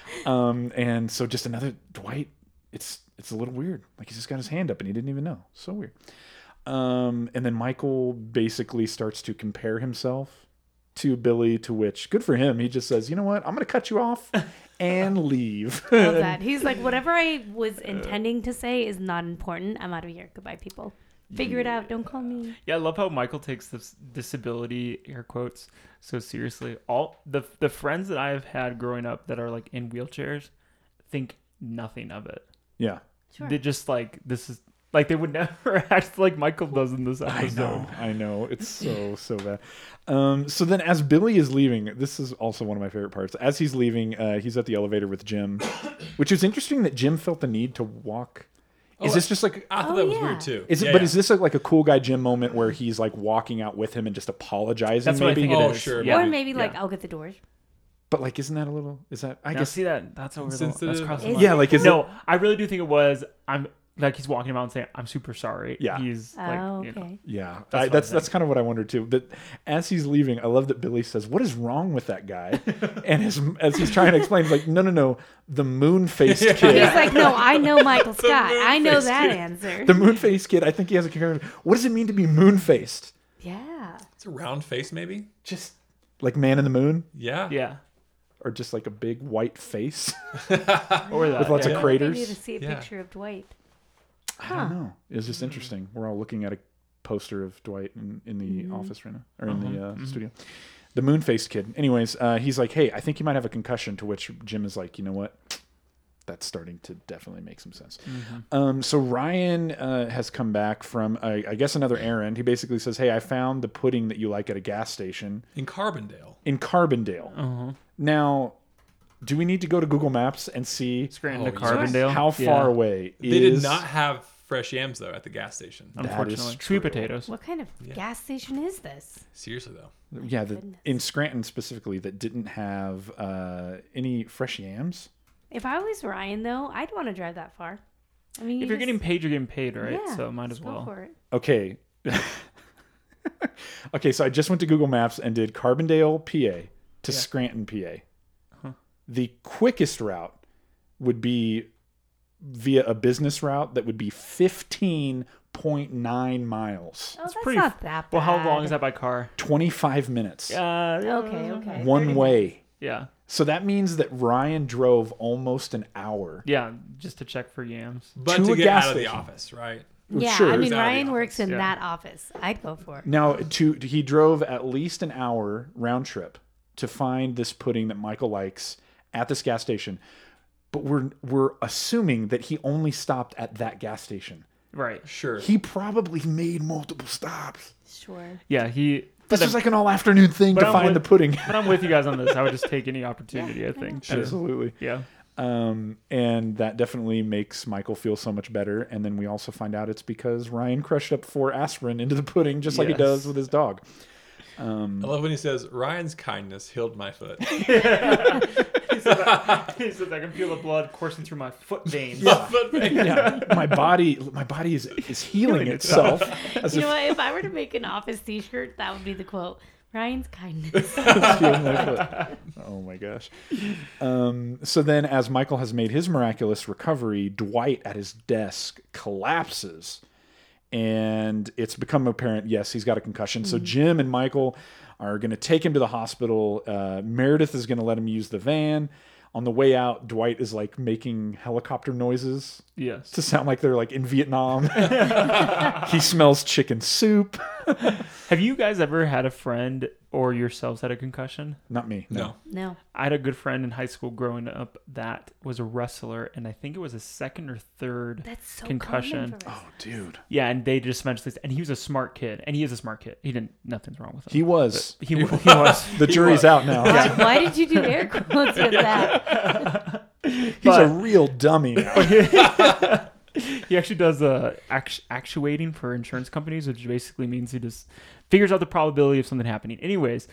Speaker 1: um, and so just another Dwight. It's it's a little weird. Like he's just got his hand up and he didn't even know. So weird. Um, and then Michael basically starts to compare himself to Billy, to which, good for him, he just says, you know what, I'm going to cut you off and leave.
Speaker 3: Love that. He's like, whatever I was intending to say is not important. I'm out of here. Goodbye, people. Figure it out. Don't call me.
Speaker 2: Yeah, I love how Michael takes this disability air quotes so seriously. All the the friends that I have had growing up that are like in wheelchairs think nothing of it.
Speaker 1: Yeah.
Speaker 3: Sure.
Speaker 2: They just like this is like they would never act like Michael does in this
Speaker 1: I
Speaker 2: episode.
Speaker 1: know, I know. It's so, so bad. Um, so then, as Billy is leaving, this is also one of my favorite parts. As he's leaving, uh, he's at the elevator with Jim, which is interesting that Jim felt the need to walk. Is
Speaker 4: Oh,
Speaker 1: this just like
Speaker 4: I thought that was weird too.
Speaker 1: Is it?
Speaker 4: Yeah,
Speaker 1: but
Speaker 4: yeah.
Speaker 1: is this like, like a cool guy Jim moment where he's like walking out with him and just apologizing?
Speaker 2: That's what I
Speaker 1: maybe?
Speaker 2: think it Oh, is. sure,
Speaker 3: Or maybe like, I'll get the doors.
Speaker 1: But like, isn't that a little? Is that? I
Speaker 2: Now,
Speaker 1: guess
Speaker 2: see that that's over the, that's
Speaker 4: Insensitive.
Speaker 2: crossing
Speaker 1: Is
Speaker 2: the
Speaker 1: it? Yeah, like, is
Speaker 2: no,
Speaker 1: it-
Speaker 2: I really do think it was. I'm like he's walking around saying I'm super sorry.
Speaker 1: Yeah.
Speaker 2: he's like
Speaker 3: Oh,
Speaker 2: you know.
Speaker 3: okay.
Speaker 1: Yeah,
Speaker 2: That's what
Speaker 1: that's
Speaker 2: I
Speaker 1: I, that's,
Speaker 2: think.
Speaker 1: that's kind of what I wondered too. But as he's leaving, I love that Billy says, "What is wrong with that guy?" and as as he's trying to explain, he's like, "No, no, no, the moon faced kid."
Speaker 3: He's like, no, I know Michael
Speaker 1: The
Speaker 3: Scott. I know
Speaker 1: moon-faced
Speaker 3: that
Speaker 1: kid.
Speaker 3: answer.
Speaker 1: The moon faced kid. I think he has a concern. What does it mean to be moon faced?
Speaker 3: yeah.
Speaker 4: It's a round face, maybe.
Speaker 1: Just Like man in the moon,
Speaker 4: yeah,
Speaker 2: yeah.
Speaker 1: or just like a big white face
Speaker 2: Or that,
Speaker 1: with lots
Speaker 2: yeah.
Speaker 1: of
Speaker 3: Maybe
Speaker 1: craters.
Speaker 3: need to see a
Speaker 4: Yeah.
Speaker 3: picture of Dwight.
Speaker 1: I don't know. It's
Speaker 2: Mm-hmm.
Speaker 1: just interesting. We're all looking at a poster of Dwight in, in the
Speaker 3: Mhm.
Speaker 1: office right now, or in the
Speaker 2: Uh-huh.
Speaker 1: uh,
Speaker 2: Mhm.
Speaker 1: studio. The moon faced kid. Anyways, uh, he's like, hey, I think you might have a concussion, to which Jim is like, you know what? That's starting to definitely make some sense.
Speaker 2: Mm-hmm.
Speaker 1: Um, so Ryan uh, has come back from, uh, I guess, another errand. He basically says, hey, I found the pudding that you like at a gas station
Speaker 4: in Carbondale.
Speaker 1: in Carbondale.
Speaker 2: Uh-huh.
Speaker 1: Now, do we need to go to Google Maps and see
Speaker 2: Scranton to
Speaker 4: Oh, yes.
Speaker 2: Carbondale.
Speaker 1: how
Speaker 2: Yeah.
Speaker 1: far away
Speaker 4: They
Speaker 1: is
Speaker 4: did not have fresh yams though at the gas station.
Speaker 1: That is
Speaker 2: Unfortunately, sweet potatoes.
Speaker 3: What kind of gas station is this?
Speaker 4: Seriously though,
Speaker 1: yeah that in scranton specifically that didn't have uh any fresh yams
Speaker 3: If I was Ryan, though, I'd want to drive that far. I mean,
Speaker 2: If you're getting
Speaker 3: just-
Speaker 2: paid, you're getting paid, right?
Speaker 3: Yeah,
Speaker 2: so might
Speaker 3: let's
Speaker 2: as
Speaker 3: go
Speaker 2: well.
Speaker 3: for it.
Speaker 1: okay okay so i just went to google maps and did carbondale pa to scranton pa the quickest route would be via a business route that would be 15.9 miles
Speaker 3: Oh, that's not that bad.
Speaker 2: Well, how long is that by car?
Speaker 1: 25 minutes
Speaker 2: Uh,
Speaker 3: Okay, okay.
Speaker 1: one way
Speaker 2: Yeah,
Speaker 1: so that means that ryan drove almost an hour
Speaker 2: yeah, just to check for yams.
Speaker 4: but
Speaker 1: To
Speaker 4: to,
Speaker 1: a
Speaker 4: get
Speaker 1: gas
Speaker 4: out of the
Speaker 1: station.
Speaker 4: office, right?
Speaker 3: Yeah,
Speaker 1: Sure.
Speaker 3: I mean,
Speaker 4: It's out of the
Speaker 3: Ryan works in
Speaker 2: yeah.
Speaker 3: that office. I'd go for it.
Speaker 1: Now, to he drove at least an hour round trip to find this pudding that Michael likes at this gas station, but we're we're assuming that he only stopped at that gas station.
Speaker 2: Right.
Speaker 4: Sure.
Speaker 1: He probably made multiple stops.
Speaker 3: Sure.
Speaker 2: Yeah, he.
Speaker 1: This
Speaker 2: but
Speaker 1: is
Speaker 2: I'm-
Speaker 1: like an all afternoon thing
Speaker 2: but
Speaker 1: to
Speaker 2: I'm
Speaker 1: find
Speaker 2: with-
Speaker 1: the pudding.
Speaker 2: but I'm with you guys on this. I would just take any opportunity. I think.
Speaker 1: Absolutely.
Speaker 2: Yeah.
Speaker 1: Um, and that definitely makes Michael feel so much better. And then we also find out it's because Ryan crushed up four aspirin into the pudding, just like he
Speaker 2: Yes.
Speaker 1: does with his dog. Um,
Speaker 4: I love when he says, "Ryan's kindness healed my foot."
Speaker 2: He says, I, he says I can feel the blood coursing through my foot veins.
Speaker 1: yeah, my body, my body is is healing itself. As
Speaker 3: You
Speaker 1: if
Speaker 3: know what? If I were to make an office T-shirt, that would be the quote. Ryan's kindness.
Speaker 1: it's healing my foot. Oh my gosh! Um, so then, as Michael has made his miraculous recovery, Dwight at his desk collapses, and it's become apparent. Yes, he's got a concussion.
Speaker 2: Hmm.
Speaker 1: So Jim and Michael are going to take him to the hospital. Uh, Meredith is going to let him use the van. On the way out, Dwight is like making helicopter noises
Speaker 2: Yes.
Speaker 1: to sound like they're like in Vietnam. he smells chicken soup.
Speaker 2: Have you guys ever had a friend or yourselves had a concussion?
Speaker 1: Not me. No.
Speaker 3: No.
Speaker 2: I had a good friend in high school growing up that was a wrestler, and I think it was a second or third
Speaker 3: That's so common
Speaker 2: concussion.
Speaker 3: for wrestlers. Oh,
Speaker 1: dude.
Speaker 2: Yeah, and they just mentioned this, and he was a smart kid, and he is a smart kid. He didn't. Nothing's wrong with him.
Speaker 1: He was.
Speaker 2: But He,
Speaker 1: He
Speaker 2: wa- he
Speaker 1: was.
Speaker 2: was.
Speaker 1: The
Speaker 2: He
Speaker 1: jury's
Speaker 2: was.
Speaker 1: out now.
Speaker 2: Yeah.
Speaker 3: Why did you do air quotes with that?
Speaker 1: He's a
Speaker 2: But-
Speaker 1: real dummy. now.
Speaker 2: he actually does uh, act- actuating for insurance companies, which basically means he just figures out the probability of something happening. Anyways,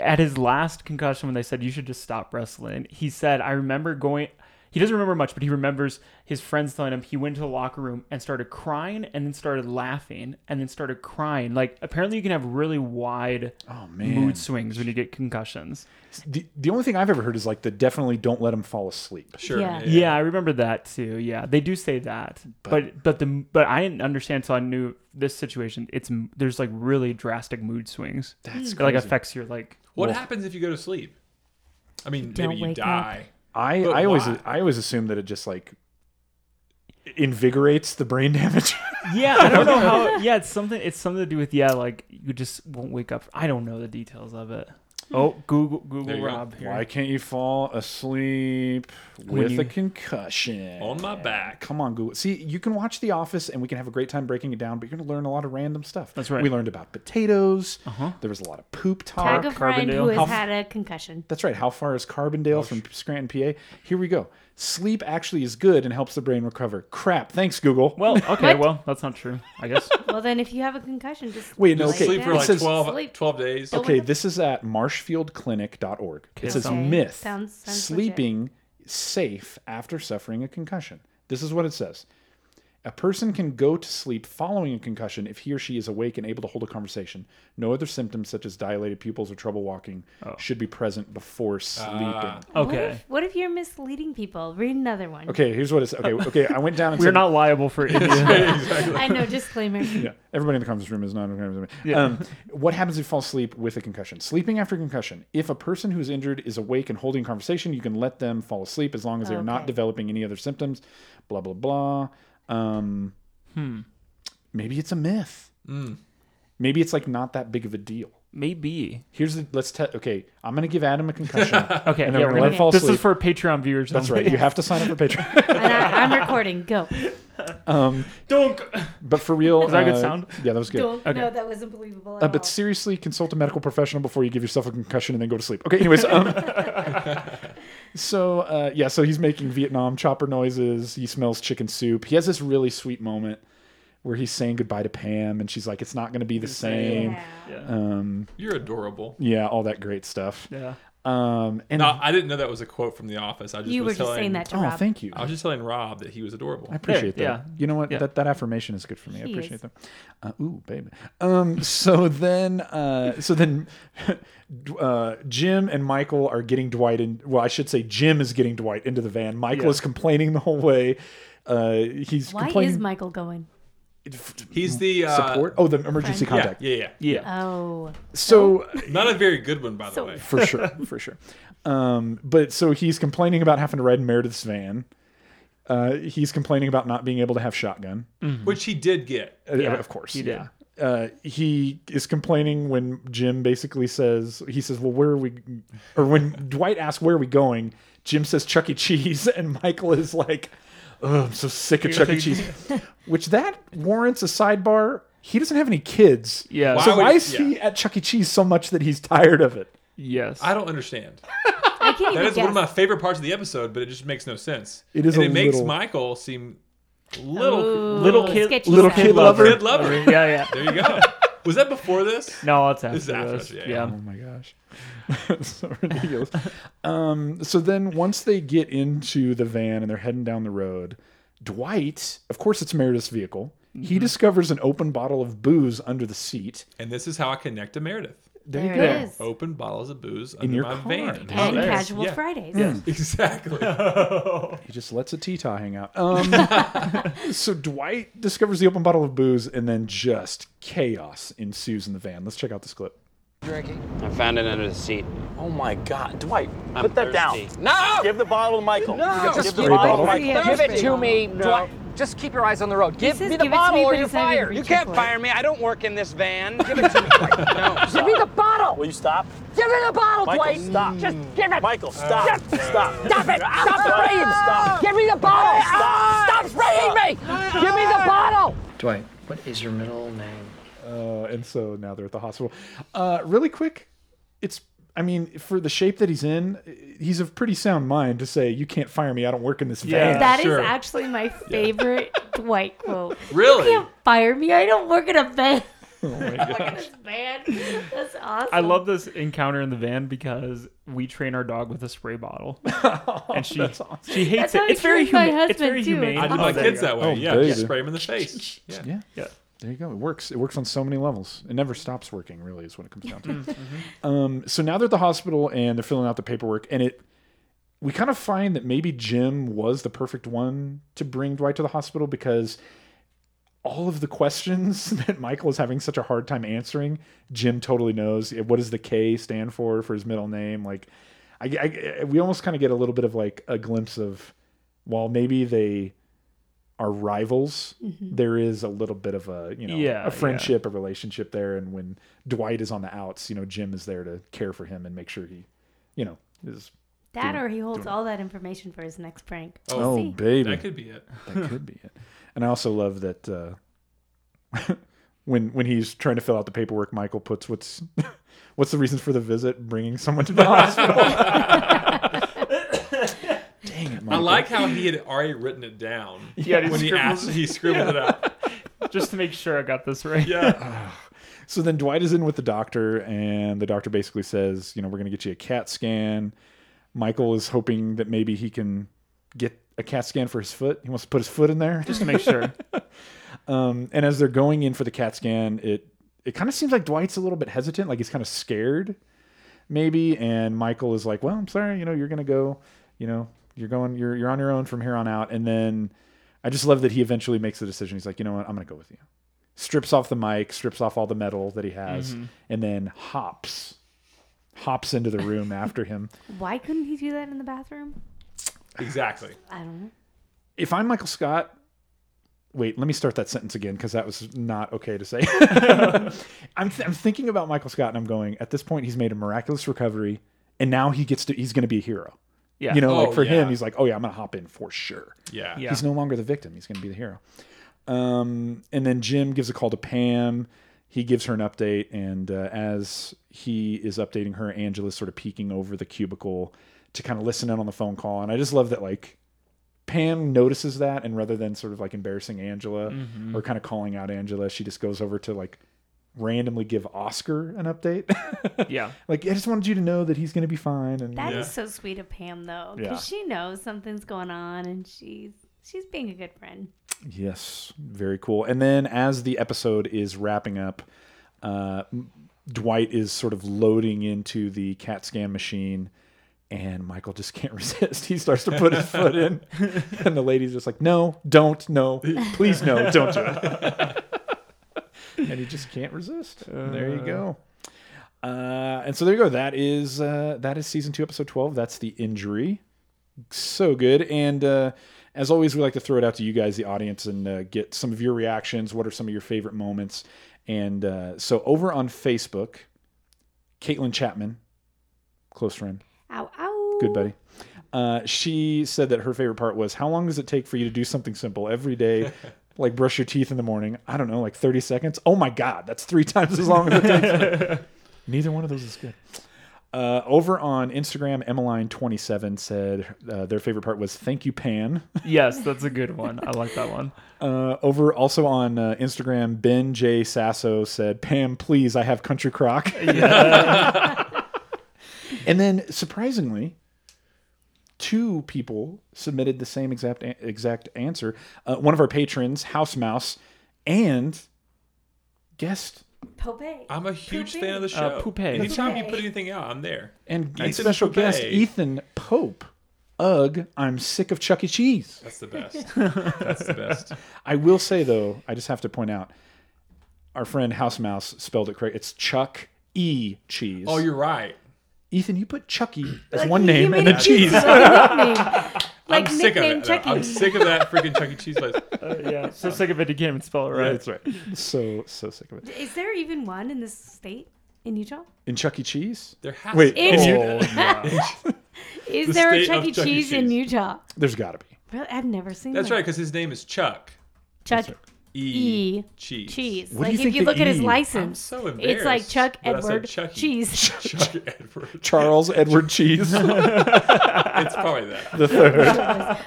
Speaker 2: at his last concussion, when they said you should just stop wrestling, he said, "I remember going." He doesn't remember much, but he remembers his friends telling him he went to the locker room and started crying, and then started laughing, and then started crying. Like apparently, you can have really wide
Speaker 1: man.
Speaker 2: mood swings when you get concussions.
Speaker 1: Oh, the, the only thing I've ever heard is like the definitely don't let him fall asleep.
Speaker 2: Yeah. I remember that too. Yeah, they do say that, but but, the but I didn't understand until I knew this situation. It's there's like really drastic mood swings.
Speaker 4: That's
Speaker 2: that, like
Speaker 4: crazy.
Speaker 2: affects your like.
Speaker 4: What
Speaker 2: wolf-
Speaker 4: happens if you go to sleep? I mean,
Speaker 2: don't
Speaker 4: maybe you
Speaker 2: wake up.
Speaker 4: die.
Speaker 1: I
Speaker 4: But
Speaker 1: I always
Speaker 4: why?
Speaker 1: I always assume that it just like invigorates the brain damage.
Speaker 2: Yeah, I don't know how. Yeah, it's something. It's something to do with yeah, like you just won't wake up. I don't know the details of it. Oh, Google
Speaker 4: There
Speaker 2: Google
Speaker 4: you go.
Speaker 2: Rob here.
Speaker 1: Why can't you fall asleep
Speaker 2: When
Speaker 1: with
Speaker 2: you-
Speaker 1: a concussion?
Speaker 4: On my back.
Speaker 1: Come on, Google. See, you can watch The Office and we can have a great time breaking it down, but you're going to learn a lot of random stuff.
Speaker 2: That's right.
Speaker 1: We learned about potatoes. Uh-huh. There was a lot of poop talk.
Speaker 3: Tag a friend who has
Speaker 1: How-
Speaker 3: had a concussion.
Speaker 1: That's right. How far is Carbondale from Scranton, PA? Here we go. Sleep actually is good and helps the brain recover. Crap. Thanks, Google.
Speaker 2: Well, okay, well that's not true. I guess.
Speaker 3: Well, then if you have a concussion, just
Speaker 1: Wait, no,
Speaker 3: lay
Speaker 1: okay.
Speaker 4: Sleep for
Speaker 3: down.
Speaker 4: like 12,
Speaker 3: Sleep.
Speaker 4: 12 days.
Speaker 1: Okay, this is at marshfieldclinic.org.
Speaker 4: Okay,
Speaker 1: It says
Speaker 4: sounds-
Speaker 1: myth.
Speaker 3: sounds- sounds
Speaker 1: sleeping safe after suffering a concussion. This is what it says. A person can go to sleep following a concussion if he or she is awake and able to hold a conversation. No other symptoms such as dilated pupils or trouble walking
Speaker 2: Oh.
Speaker 1: should be present before sleeping.
Speaker 2: Ah.
Speaker 3: What if, what if you're misleading people? Read another one.
Speaker 1: Okay, here's what it's okay. Okay, I went down and
Speaker 2: We're
Speaker 1: said-
Speaker 2: not liable for it.
Speaker 3: I know, disclaimer.
Speaker 1: yeah. Everybody in the conference room is not.
Speaker 2: Yeah.
Speaker 1: Um, what happens if you fall asleep with a concussion? Sleeping after concussion. If a person who's injured is awake and holding conversation, you can let them fall asleep as long as they are not
Speaker 3: Okay.
Speaker 1: developing any other symptoms. Blah blah blah. Um,
Speaker 2: Hmm.
Speaker 1: Maybe it's a myth.
Speaker 4: Mm.
Speaker 1: Maybe it's like not that big of a deal.
Speaker 2: Maybe.
Speaker 1: Here's the let's te- okay. I'm gonna give Adam a concussion.
Speaker 2: Okay,
Speaker 1: and then
Speaker 2: yeah,
Speaker 1: we're gonna let him fall
Speaker 2: this
Speaker 1: asleep.
Speaker 2: is for Patreon viewers.
Speaker 1: That's
Speaker 2: only.
Speaker 1: right. You have to sign up for Patreon.
Speaker 3: And I, I'm recording. Go.
Speaker 1: Um,
Speaker 2: Don't.
Speaker 1: But for real,
Speaker 2: Was that a good
Speaker 1: uh,
Speaker 2: sound?
Speaker 1: Yeah, that was good.
Speaker 3: Don't. No, that wasn't believable. At
Speaker 1: Uh,
Speaker 3: all.
Speaker 1: but seriously, consult a medical professional before you give yourself a concussion and then go to sleep. Okay, anyways. Um, so, uh, yeah, so he's making Vietnam chopper noises. He smells chicken soup. He has this really sweet moment where he's saying goodbye to Pam, and she's like, it's not going to be the same.
Speaker 4: Yeah.
Speaker 1: Um,
Speaker 4: You're adorable.
Speaker 1: yeah, all that great stuff.
Speaker 2: Yeah.
Speaker 1: Um, and
Speaker 4: no, I didn't know that was a quote from The Office. I just
Speaker 3: You
Speaker 4: was
Speaker 3: were just
Speaker 4: telling-
Speaker 3: saying that to
Speaker 1: Oh,
Speaker 3: Rob.
Speaker 1: thank you.
Speaker 4: I was just telling Rob that he was adorable.
Speaker 1: I appreciate
Speaker 2: There,
Speaker 1: that.
Speaker 2: yeah.
Speaker 1: You know what?
Speaker 2: Yeah.
Speaker 1: That that affirmation is good for me. I
Speaker 3: He
Speaker 1: appreciate
Speaker 3: is.
Speaker 1: that. Uh, ooh, baby. Um. So then, uh, so then, uh, Jim and Michael are getting Dwight in. Well, I should say Jim is getting Dwight into the van. Michael
Speaker 2: Yeah.
Speaker 1: is complaining the whole way. Uh, he's
Speaker 3: Why
Speaker 1: complaining.
Speaker 3: is Michael going?
Speaker 4: He's the uh,
Speaker 1: support? Oh, the emergency
Speaker 4: Yeah,
Speaker 1: contact.
Speaker 4: Yeah, yeah,
Speaker 2: Yeah.
Speaker 3: Oh.
Speaker 1: So
Speaker 4: Not a very good one, by the
Speaker 3: So-
Speaker 4: way.
Speaker 1: for sure, for sure. Um, but so he's complaining about having to ride in Meredith's van. Uh, he's complaining about not being able to have shotgun.
Speaker 4: Which he did get.
Speaker 1: Uh,
Speaker 2: Yeah,
Speaker 1: of course.
Speaker 2: he did.
Speaker 1: yeah. Uh, he is complaining when Jim basically says, he says, well, where are we? Or when Dwight asks, where are we going? Jim says Chuck E. Cheese. And Michael is like, oh, I'm so sick of Chuck E. Cheese. Which that warrants a sidebar. He doesn't have any kids.
Speaker 2: Yeah.
Speaker 1: So
Speaker 4: Why would-
Speaker 1: why is he
Speaker 4: yeah.
Speaker 1: at Chuck E. Cheese so much that he's tired of it?
Speaker 2: Yes.
Speaker 4: I don't understand.
Speaker 3: I can't
Speaker 4: That
Speaker 3: even
Speaker 4: is
Speaker 3: guess.
Speaker 4: one of my favorite parts of the episode, but it just makes no sense.
Speaker 1: It is
Speaker 4: and
Speaker 1: a
Speaker 4: it makes
Speaker 1: little-
Speaker 4: Michael seem little,
Speaker 3: Ooh,
Speaker 2: little Uh, kid-
Speaker 3: sketchy
Speaker 1: little
Speaker 3: stuff.
Speaker 1: kid lover.
Speaker 4: kid lover.
Speaker 2: yeah, yeah.
Speaker 4: There you go. Was that before this?
Speaker 2: No, it's after
Speaker 4: This
Speaker 2: this.
Speaker 4: is after us,
Speaker 2: yeah,
Speaker 4: yeah, yeah.
Speaker 1: Oh my gosh. so ridiculous. um, so then once they get into the van and they're heading down the road, Dwight, of course it's Meredith's vehicle, he discovers an open bottle of booze under the seat.
Speaker 4: And this is how I connect to Meredith.
Speaker 1: There,
Speaker 3: There
Speaker 1: you go.
Speaker 3: it is.
Speaker 4: Open bottles of booze under
Speaker 1: your
Speaker 4: my
Speaker 1: car.
Speaker 4: van.
Speaker 1: Oh,
Speaker 3: And
Speaker 4: There.
Speaker 3: casual
Speaker 4: Oh, Yeah.
Speaker 3: Fridays.
Speaker 4: Exactly.
Speaker 2: Oh.
Speaker 1: He just lets a Tita hang out. Um, so Dwight discovers the open bottle of booze and then just chaos ensues in the van. Let's check out this clip.
Speaker 13: I found it under the seat.
Speaker 5: Oh my God, Dwight,
Speaker 13: I'm
Speaker 5: put that
Speaker 13: thirsty.
Speaker 5: down.
Speaker 13: No!
Speaker 5: Give the bottle to Michael.
Speaker 13: No!
Speaker 5: Give the
Speaker 1: Spray
Speaker 5: bottle to
Speaker 1: bottle.
Speaker 5: Michael.
Speaker 13: Give it to me. No.
Speaker 5: Dwight,
Speaker 13: Just keep your eyes on the road.
Speaker 12: He
Speaker 13: Give
Speaker 12: says
Speaker 13: me the
Speaker 12: give it to
Speaker 13: bottle
Speaker 12: me,
Speaker 13: or
Speaker 12: but
Speaker 13: you're
Speaker 12: he's not even
Speaker 13: fired. You
Speaker 12: reaching
Speaker 13: can't
Speaker 12: for it.
Speaker 13: fire me. I don't work in this van. Give it to me. no.
Speaker 12: Give me the bottle.
Speaker 13: Will you stop?
Speaker 12: Give me the bottle,
Speaker 13: Michael,
Speaker 12: Dwight.
Speaker 13: stop.
Speaker 12: Just give it.
Speaker 13: Michael, stop.
Speaker 12: Just-
Speaker 13: Stop.
Speaker 12: Stop it. Stop
Speaker 13: Stop.
Speaker 12: spraying.
Speaker 13: Stop.
Speaker 12: Give me the bottle.
Speaker 13: Stop.
Speaker 12: Stop spraying me. Give me the bottle.
Speaker 6: Dwight, what is your middle name?
Speaker 1: Uh, and so now they're at the hospital. Uh, really quick, it's. I mean, for the shape that he's in, he's of pretty sound mind to say, "You can't fire me. I don't work in this van."
Speaker 3: that is actually my favorite Dwight quote.
Speaker 1: Really?
Speaker 3: You can't fire me. I don't work in a van.
Speaker 2: Oh my
Speaker 3: I don't work in
Speaker 2: gosh.
Speaker 3: this van. That's awesome.
Speaker 2: I love this encounter in the van because we train our dog with a spray bottle, and she
Speaker 4: Oh, that's awesome.
Speaker 2: she hates
Speaker 3: That's how
Speaker 2: it.
Speaker 3: I
Speaker 2: It's very
Speaker 3: trained my
Speaker 2: humane. It's
Speaker 3: husband,
Speaker 2: very
Speaker 3: too.
Speaker 2: humane.
Speaker 4: I do my kids that way.
Speaker 1: Oh,
Speaker 4: yeah,
Speaker 1: baby.
Speaker 4: just spray them in the face. Yeah.
Speaker 1: yeah.
Speaker 2: Yeah.
Speaker 1: There you go. It works. It works on so many levels. It never stops working, really, is what it comes down
Speaker 2: Mm,
Speaker 1: to. um, so now they're at the hospital and they're filling out the paperwork, and it we kind of find that maybe Jim was the perfect one to bring Dwight to the hospital because all of the questions that Michael is having such a hard time answering, Jim totally knows. What does the K stand for for his middle name? Like, I, I we almost kind of get a little bit of like a glimpse of, while maybe they are rivals,
Speaker 2: Mhm.
Speaker 1: there is a little bit of a you know
Speaker 2: Yeah,
Speaker 1: a friendship, a relationship there. And when Dwight is on the outs, you know Jim is there to care for him and make sure he, you know, is
Speaker 3: that,
Speaker 1: doing-
Speaker 3: or he holds
Speaker 1: doing-
Speaker 3: all that information for his next prank.
Speaker 1: Oh,
Speaker 3: See?
Speaker 1: baby,
Speaker 4: That could be it.
Speaker 1: That could be it. And I also love that uh, when when he's trying to fill out the paperwork, Michael puts what's what's the reason for the visit, bringing someone to the hospital. Dang it,
Speaker 4: I
Speaker 1: Michael.
Speaker 4: like how he had already written it down.
Speaker 2: Yeah, he
Speaker 4: when he
Speaker 2: scribbled-
Speaker 4: asked, he scribbled it out.
Speaker 2: out just to make sure I got this right.
Speaker 4: Yeah.
Speaker 1: So then Dwight is in with the doctor, and the doctor basically says, you know, we're going to get you a CAT scan. Michael is hoping that maybe he can get a CAT scan for his foot. He wants to put his foot in there
Speaker 2: Just to make sure.
Speaker 1: um, and as they're going in for the CAT scan, it it kind of seems like Dwight's a little bit hesitant, like he's kind of scared, maybe. And Michael is like, "Well, I'm sorry, you know, you're gonna go, you know, you're going, you're you're on your own from here on out." And then I just love that he eventually makes the decision. He's like, "You know what? I'm gonna go with you." Strips off the mic, strips off all the metal that he has,
Speaker 3: Mhm.
Speaker 1: and then hops, hops into the room after him.
Speaker 3: Why couldn't he do that in the bathroom?
Speaker 4: Exactly.
Speaker 3: I don't know.
Speaker 1: if I'm Michael Scott, wait, let me start that sentence again because that was not okay to say. I'm, th- I'm thinking about Michael Scott and I'm going, at this point, he's made a miraculous recovery and now he gets to, he's going to be a hero.
Speaker 2: Yeah.
Speaker 1: You know,
Speaker 2: Oh,
Speaker 1: like for
Speaker 2: yeah.
Speaker 1: him, he's like, oh yeah, I'm going to hop in for sure.
Speaker 4: Yeah.
Speaker 2: Yeah.
Speaker 1: He's no longer the victim. He's going to be the hero. Um, and then Jim gives a call to Pam. He gives her an update. And uh, as he is updating her, Angela's sort of peeking over the cubicle to kind of listen in on the phone call. And I just love that, like, Pam notices that, and rather than sort of like embarrassing Angela
Speaker 2: Mhm.
Speaker 1: or kind of calling out Angela, she just goes over to like randomly give Oscar an update.
Speaker 2: yeah.
Speaker 1: like, I just wanted you to know that he's going to be fine. And
Speaker 3: That is so sweet of Pam, though,
Speaker 1: Yeah.
Speaker 3: because she knows something's going on and she's she's being a good friend.
Speaker 1: Yes, very cool. And then as the episode is wrapping up, uh, Dwight is sort of loading into the CAT scan machine, and Michael just can't resist. He starts to put his foot in, and the lady's just like, "No, don't, no, please, no, don't do it." and he just can't resist. there you go. Uh, and so there you go. That is uh, that is season two, episode twelve. That's the injury. So good. And uh, as always, we like to throw it out to you guys, the audience, and uh, get some of your reactions. What are some of your favorite moments? And uh, so over on Facebook, Caitlin Chapman, close friend,
Speaker 3: Ow, ow.
Speaker 1: good buddy. Uh, she said that her favorite part was how long does it take for you to do something simple every day, like brush your teeth in the morning? I don't know, like 30 seconds. Oh my God, that's three times as long as it takes. me. Neither one of those is good. Uh, over on Instagram, Emmeline27 said uh, their favorite part was thank you, Pan.
Speaker 2: Yes, that's a good one. I like that one.
Speaker 1: Uh, over also on uh, Instagram, Ben J Sasso said, "Pam, please, I have country crock." and then surprisingly, two people submitted the same exact exact answer. Uh, one of our patrons, House Mouse, and guest
Speaker 3: Pope.
Speaker 4: I'm a huge fan of the show.
Speaker 1: Uh, Poupée.
Speaker 4: Anytime you
Speaker 1: Poupée.
Speaker 4: put anything out, I'm there.
Speaker 1: and, and
Speaker 4: Ethan
Speaker 1: special guest
Speaker 4: Poupée.
Speaker 1: Ethan Pope. Ugh, I'm sick of Chuck E. Cheese.
Speaker 4: That's the best. That's the best.
Speaker 1: I will say though, I just have to point out, our friend House Mouse spelled it correct. It's Chuck E. Cheese.
Speaker 4: Oh, you're right.
Speaker 1: Ethan, you put Chucky as
Speaker 4: Like,
Speaker 1: one
Speaker 4: you
Speaker 1: name
Speaker 4: made
Speaker 1: and a
Speaker 4: it
Speaker 1: cheese.
Speaker 4: Chucky as a nickname.
Speaker 1: I
Speaker 3: Like
Speaker 4: I'm sick of
Speaker 3: nickname
Speaker 4: it. though. I'm
Speaker 3: Chucky.
Speaker 4: sick of that freaking Chuck E. Cheese place.
Speaker 2: yeah, so sick of it. You can't even spell it right.
Speaker 1: that's right. So so sick of it.
Speaker 3: Is there even one in this state? In Utah?
Speaker 1: In Chuck E. Cheese?
Speaker 4: There has
Speaker 1: Wait,
Speaker 3: to be. In
Speaker 1: oh,
Speaker 3: Utah.
Speaker 1: no.
Speaker 3: Is
Speaker 4: The
Speaker 3: there a
Speaker 4: state
Speaker 3: Chuck
Speaker 4: of
Speaker 3: E.
Speaker 4: Chuck E.
Speaker 3: Cheese in Utah?
Speaker 1: There's got to be.
Speaker 3: Really? I've never seen
Speaker 4: That's
Speaker 3: one.
Speaker 4: right, because his name is Chuck.
Speaker 3: Chuck
Speaker 4: E.
Speaker 3: E.
Speaker 4: Cheese.
Speaker 3: Cheese.
Speaker 1: What do
Speaker 3: like
Speaker 1: you think
Speaker 3: if you
Speaker 1: the
Speaker 3: look at his
Speaker 1: E-
Speaker 4: I'm
Speaker 3: license,
Speaker 4: so
Speaker 3: it's like
Speaker 4: embarrassed
Speaker 3: Chuck
Speaker 4: that I said E.
Speaker 3: Edward
Speaker 4: Chucky.
Speaker 3: Cheese.
Speaker 4: Chuck Edward.
Speaker 1: Charles Edward Cheese.
Speaker 4: it's probably that.
Speaker 1: The third.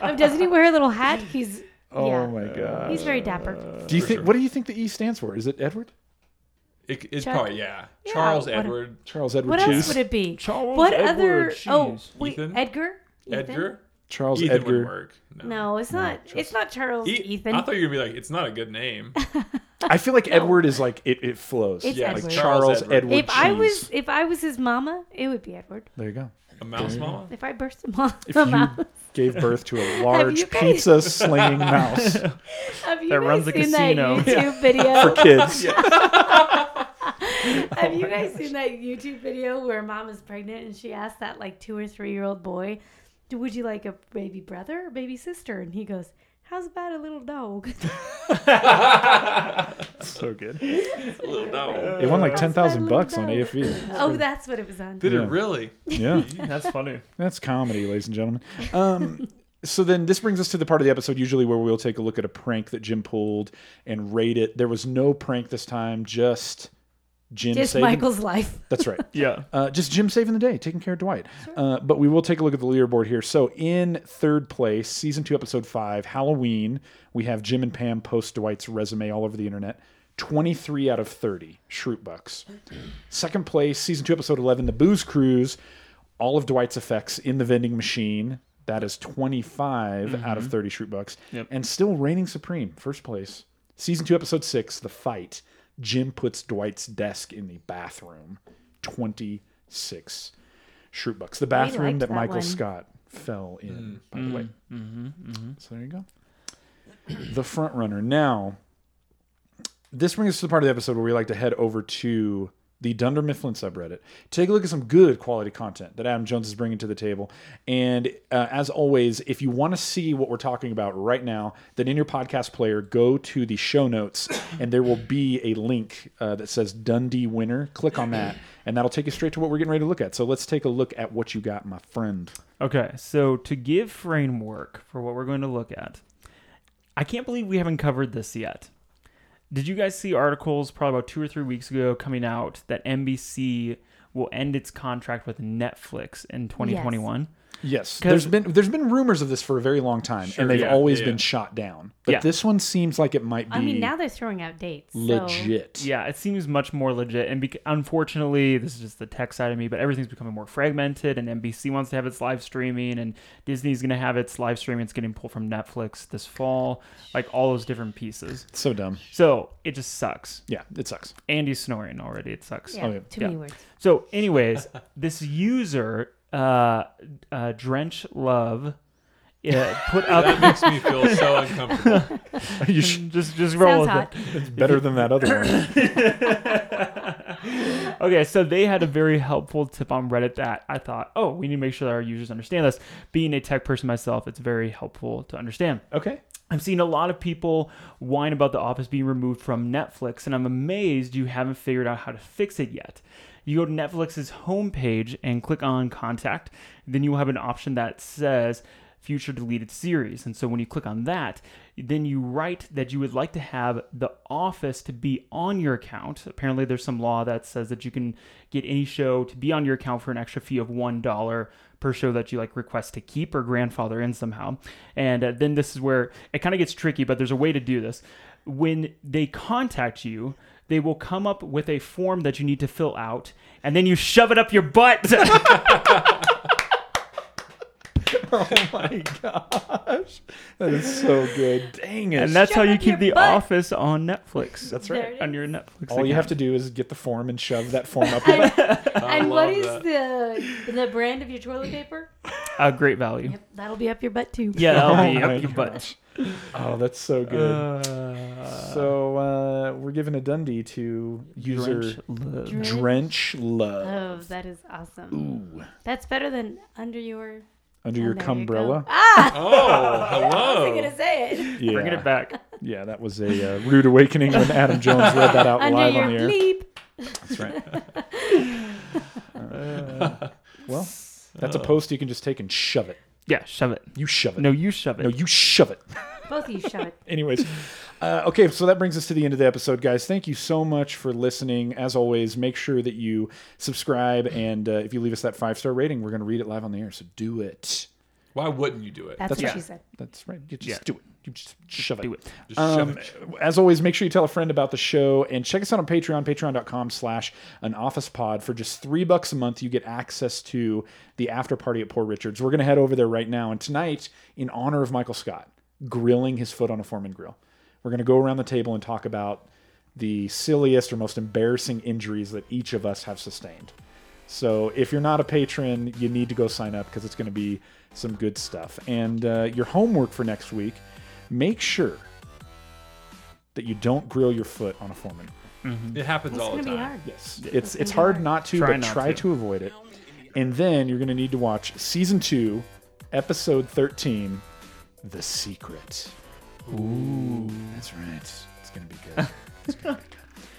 Speaker 3: Um, doesn't he wear a little hat? He's
Speaker 1: Oh
Speaker 3: yeah.
Speaker 1: my god.
Speaker 3: He's very dapper.
Speaker 1: Do you think what do you think the E stands for? Is it Edward?
Speaker 4: It, it's
Speaker 3: Chuck-
Speaker 4: probably yeah.
Speaker 3: yeah,
Speaker 4: Charles
Speaker 3: what-
Speaker 4: Edward.
Speaker 1: Charles Edward
Speaker 3: What
Speaker 1: Cheese.
Speaker 3: else would it be?
Speaker 2: Charles
Speaker 3: what
Speaker 2: Edward
Speaker 3: other? Oh,
Speaker 2: Cheese.
Speaker 3: wait,
Speaker 4: Ethan?
Speaker 3: Edgar. Ethan?
Speaker 4: Edgar.
Speaker 1: Charles
Speaker 4: Ethan
Speaker 1: Edgar.
Speaker 4: would work.
Speaker 3: No, it's not. it's not Charles
Speaker 4: E-
Speaker 3: Ethan.
Speaker 4: I thought you were gonna be like, it's not a good name.
Speaker 1: I feel like Edward is like it, it flows.
Speaker 3: It's
Speaker 1: yeah,
Speaker 3: Edward.
Speaker 1: like Charles
Speaker 4: Charles
Speaker 1: Edward,
Speaker 4: Edward.
Speaker 3: if I
Speaker 1: Cheese.
Speaker 3: was if I was his mama, it would be Edward.
Speaker 1: There you go.
Speaker 4: A mouse
Speaker 1: There you go.
Speaker 4: mama.
Speaker 3: If I burst him off
Speaker 1: If
Speaker 3: the
Speaker 1: you
Speaker 3: mouth.
Speaker 1: gave birth to a
Speaker 3: you
Speaker 1: large
Speaker 3: guys-
Speaker 1: pizza slinging mouse
Speaker 3: Have you
Speaker 2: That
Speaker 3: guys
Speaker 2: runs the
Speaker 3: seen
Speaker 2: casino.
Speaker 3: that YouTube
Speaker 2: Yeah.
Speaker 3: video
Speaker 1: for kids.
Speaker 3: Have you guys seen that YouTube video where mom is pregnant and she asked that like two or three year old boy, "Do- "Would you like a baby brother or baby sister?" And he goes, "How's about a little dog?"
Speaker 1: so good.
Speaker 4: A little dog.
Speaker 1: It won like
Speaker 3: How's
Speaker 1: ten thousand
Speaker 3: about a
Speaker 1: bucks on
Speaker 3: little
Speaker 1: AFE.
Speaker 3: dog? Oh, that's what it was on.
Speaker 4: Did
Speaker 1: Yeah.
Speaker 4: it really?
Speaker 1: Yeah.
Speaker 2: That's funny.
Speaker 1: That's comedy, ladies and gentlemen. Um, so then this brings us to the part of the episode usually where we'll take a look at a prank that Jim pulled and rate it. There was no prank this time, just Jim
Speaker 3: Just
Speaker 1: saving.
Speaker 3: Michael's life.
Speaker 1: That's right.
Speaker 2: Yeah.
Speaker 1: Uh, just Jim saving the day, taking care of Dwight. Uh, but we will take a look at the leaderboard here. So in third place, season two, episode five, Halloween, we have Jim and Pam post Dwight's resume all over the internet. 23 out of 30, Shroot Bucks. Second place, season two, episode 11, The Booze Cruise, all of Dwight's effects in the vending machine. That is 25 out of 30 Shroot Bucks.
Speaker 2: Yep.
Speaker 1: And still reigning supreme, first place. Season two, episode six, The Fight. Jim puts Dwight's desk in the bathroom. 26 Shroot Bucks. The bathroom
Speaker 3: liked
Speaker 1: that,
Speaker 3: that
Speaker 1: Michael
Speaker 3: one.
Speaker 1: Scott fell in, by the way. So there you go. The front runner. Now, this brings us to the part of the episode where we like to head over to the Dunder Mifflin subreddit. Take a look at some good quality content that Adam Jones is bringing to the table. And uh, as always, if you want to see what we're talking about right now, then in your podcast player, go to the show notes and there will be a link uh, that says Dundee Winner. Click on that, and that'll take you straight to what we're getting ready to look at. So let's take a look at what you got, my friend.
Speaker 2: Okay, so to give framework for what we're going to look at, I can't believe we haven't covered this yet. Did you guys see articles probably about two or three weeks ago coming out that NBC will end its contract with Netflix in 2021?
Speaker 1: Yes,
Speaker 2: 'Cause-
Speaker 1: there's been there's been rumors of this for a very long time,
Speaker 2: Sure,
Speaker 1: and they've
Speaker 2: yeah,
Speaker 1: always
Speaker 4: yeah.
Speaker 1: been shot down. But
Speaker 2: Yeah.
Speaker 1: this one seems like it might be
Speaker 3: I mean, now they're throwing out dates. so-
Speaker 1: legit.
Speaker 2: Yeah, it seems much more legit. And bec unfortunately, this is just the tech side of me, but everything's becoming more fragmented. And NBC wants to have its live streaming, and Disney's going to have its live streaming. It's getting pulled from Netflix this fall, like all those different pieces.
Speaker 1: So dumb.
Speaker 2: So it just sucks.
Speaker 1: Yeah, it sucks.
Speaker 2: Andy's snoring already. It sucks.
Speaker 3: Yeah,
Speaker 1: Oh, yeah.
Speaker 3: Too many words.
Speaker 2: So, anyways, this user, uh, uh, Drench Love, uh, put
Speaker 4: That
Speaker 2: up.
Speaker 4: makes me feel so uncomfortable.
Speaker 1: you sh-
Speaker 2: just just roll
Speaker 3: Sounds
Speaker 2: with
Speaker 1: it's better than that other one.
Speaker 2: it. Okay, so they had a very helpful tip on Reddit that I thought, oh, we need to make sure that our users understand this. Being a tech person myself, it's very helpful to understand.
Speaker 1: Okay.
Speaker 2: I'm seeing a lot of people whine about The Office being removed from Netflix, and I'm amazed you haven't figured out how to fix it yet. You go to Netflix's homepage and click on Contact, then you will have an option that says Future Deleted Series. And so when you click on that, then you write that you would like to have The Office to be on your account. Apparently, there's some law that says that you can get any show to be on your account for an extra fee of $1 per show that you like request to keep or grandfather in somehow. And uh, then this is where it kind of gets tricky, but there's a way to do this. When they contact you, they will come up with a form that you need to fill out, and then you shove it up your butt.
Speaker 1: Oh That is so good. Dang it.
Speaker 2: and that's how
Speaker 3: Shove
Speaker 2: you
Speaker 3: up
Speaker 2: keep
Speaker 3: your
Speaker 2: The
Speaker 3: butt.
Speaker 2: Office on Netflix. That's
Speaker 3: There it
Speaker 2: On your Netflix.
Speaker 1: all you have to do is get the form and shove that form up. your butt.
Speaker 3: and what is the the brand of your toilet paper?
Speaker 2: to. A Uh, great value.
Speaker 3: Yep, that'll be up your butt too.
Speaker 2: Yeah, that'll be
Speaker 1: Oh my
Speaker 2: up your butt.
Speaker 1: oh, that's so good.
Speaker 2: Uh,
Speaker 1: so uh, we're giving a Dundee to user
Speaker 2: Drench Love.
Speaker 1: Drench,
Speaker 3: Drench
Speaker 1: Love.
Speaker 3: Oh, that is awesome. That's better than under your
Speaker 1: under your cumbrella.
Speaker 3: Ah!
Speaker 4: Oh,
Speaker 3: I wasn't
Speaker 4: hello.
Speaker 3: gonna say it.
Speaker 1: Yeah.
Speaker 2: Bringing it back.
Speaker 1: Yeah, that was a uh, rude awakening when Adam Jones read that out
Speaker 3: Under
Speaker 1: live
Speaker 3: your
Speaker 1: on the air.
Speaker 3: bleep.
Speaker 1: That's right.
Speaker 2: Uh,
Speaker 1: well, that's a post you can just take and shove it.
Speaker 2: Yeah, shove it.
Speaker 1: You shove it.
Speaker 2: No, you shove it.
Speaker 1: No, you shove it.
Speaker 3: Both of you shut it.
Speaker 1: Anyways, uh, okay, so that brings us to the end of the episode, guys. Thank you so much for listening. As always, make sure that you subscribe, and uh, if you leave us that five star rating, we're going to read it live on the air. So do it.
Speaker 4: Why wouldn't you do it?
Speaker 3: That's what
Speaker 1: right.
Speaker 3: she said.
Speaker 1: That's right. You just
Speaker 4: Yeah.
Speaker 1: do it. You just shove it.
Speaker 4: do it. Just
Speaker 1: Um,
Speaker 4: shove it.
Speaker 1: As always, make sure you tell a friend about the show and check us out on Patreon, patreon.com slash an office pod. For just three bucks a month, you get access to the after party at Poor Richards. We're going to head over there right now. And tonight, in honor of Michael Scott, grilling his foot on a Foreman grill, we're going to go around the table and talk about the silliest or most embarrassing injuries that each of us have sustained. So if you're not a patron, you need to go sign up because it's going to be some good stuff. And uh, your homework for next week: make sure that you don't grill your foot on a foreman.
Speaker 4: It happens all the
Speaker 3: gonna be
Speaker 4: time.
Speaker 3: hard.
Speaker 1: Yes, it's it's hard not to,
Speaker 2: Try
Speaker 1: but
Speaker 2: not
Speaker 1: try
Speaker 2: to.
Speaker 1: to avoid it. And then you're going to need to watch season two, episode thirteen, "The Secret." Ooh, that's right. It's going to be good.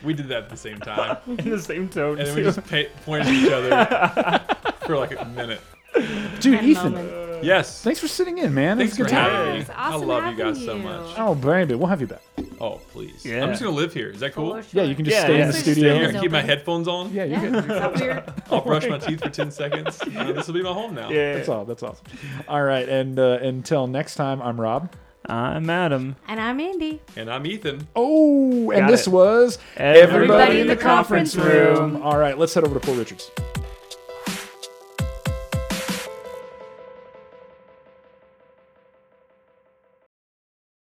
Speaker 4: We did that at the same time.
Speaker 2: In the same tone.
Speaker 4: And then we
Speaker 2: too.
Speaker 4: just pa- pointed at each other for like a minute.
Speaker 1: Dude, Ethan,
Speaker 4: Yes.
Speaker 1: thanks for sitting in, man.
Speaker 4: Thanks
Speaker 1: It was a
Speaker 4: for
Speaker 1: good time.
Speaker 4: having me.
Speaker 3: It's awesome
Speaker 4: I love you
Speaker 3: having
Speaker 4: guys so
Speaker 3: you.
Speaker 4: much.
Speaker 1: Oh, baby, we'll have you back.
Speaker 4: Oh, please.
Speaker 2: Yeah.
Speaker 4: I'm just going to live here. Is that cool?
Speaker 1: Yeah, you can just stay in the
Speaker 4: Just
Speaker 1: studio.
Speaker 4: Stay here and keep my headphones on.
Speaker 1: Yeah, you
Speaker 3: Yeah,
Speaker 1: can.
Speaker 3: is that weird?
Speaker 4: I'll brush my teeth for 10 seconds. Uh, this will be my home now.
Speaker 2: Yeah.
Speaker 1: That's all. That's awesome. All right, and uh, until next time, I'm Rob.
Speaker 2: I'm Adam.
Speaker 3: And I'm Andy.
Speaker 4: And I'm Ethan.
Speaker 1: Oh, and
Speaker 2: Got
Speaker 1: this
Speaker 2: it.
Speaker 1: was
Speaker 2: Everybody in the
Speaker 3: conference room.
Speaker 1: All right, let's head over to Paul Richards.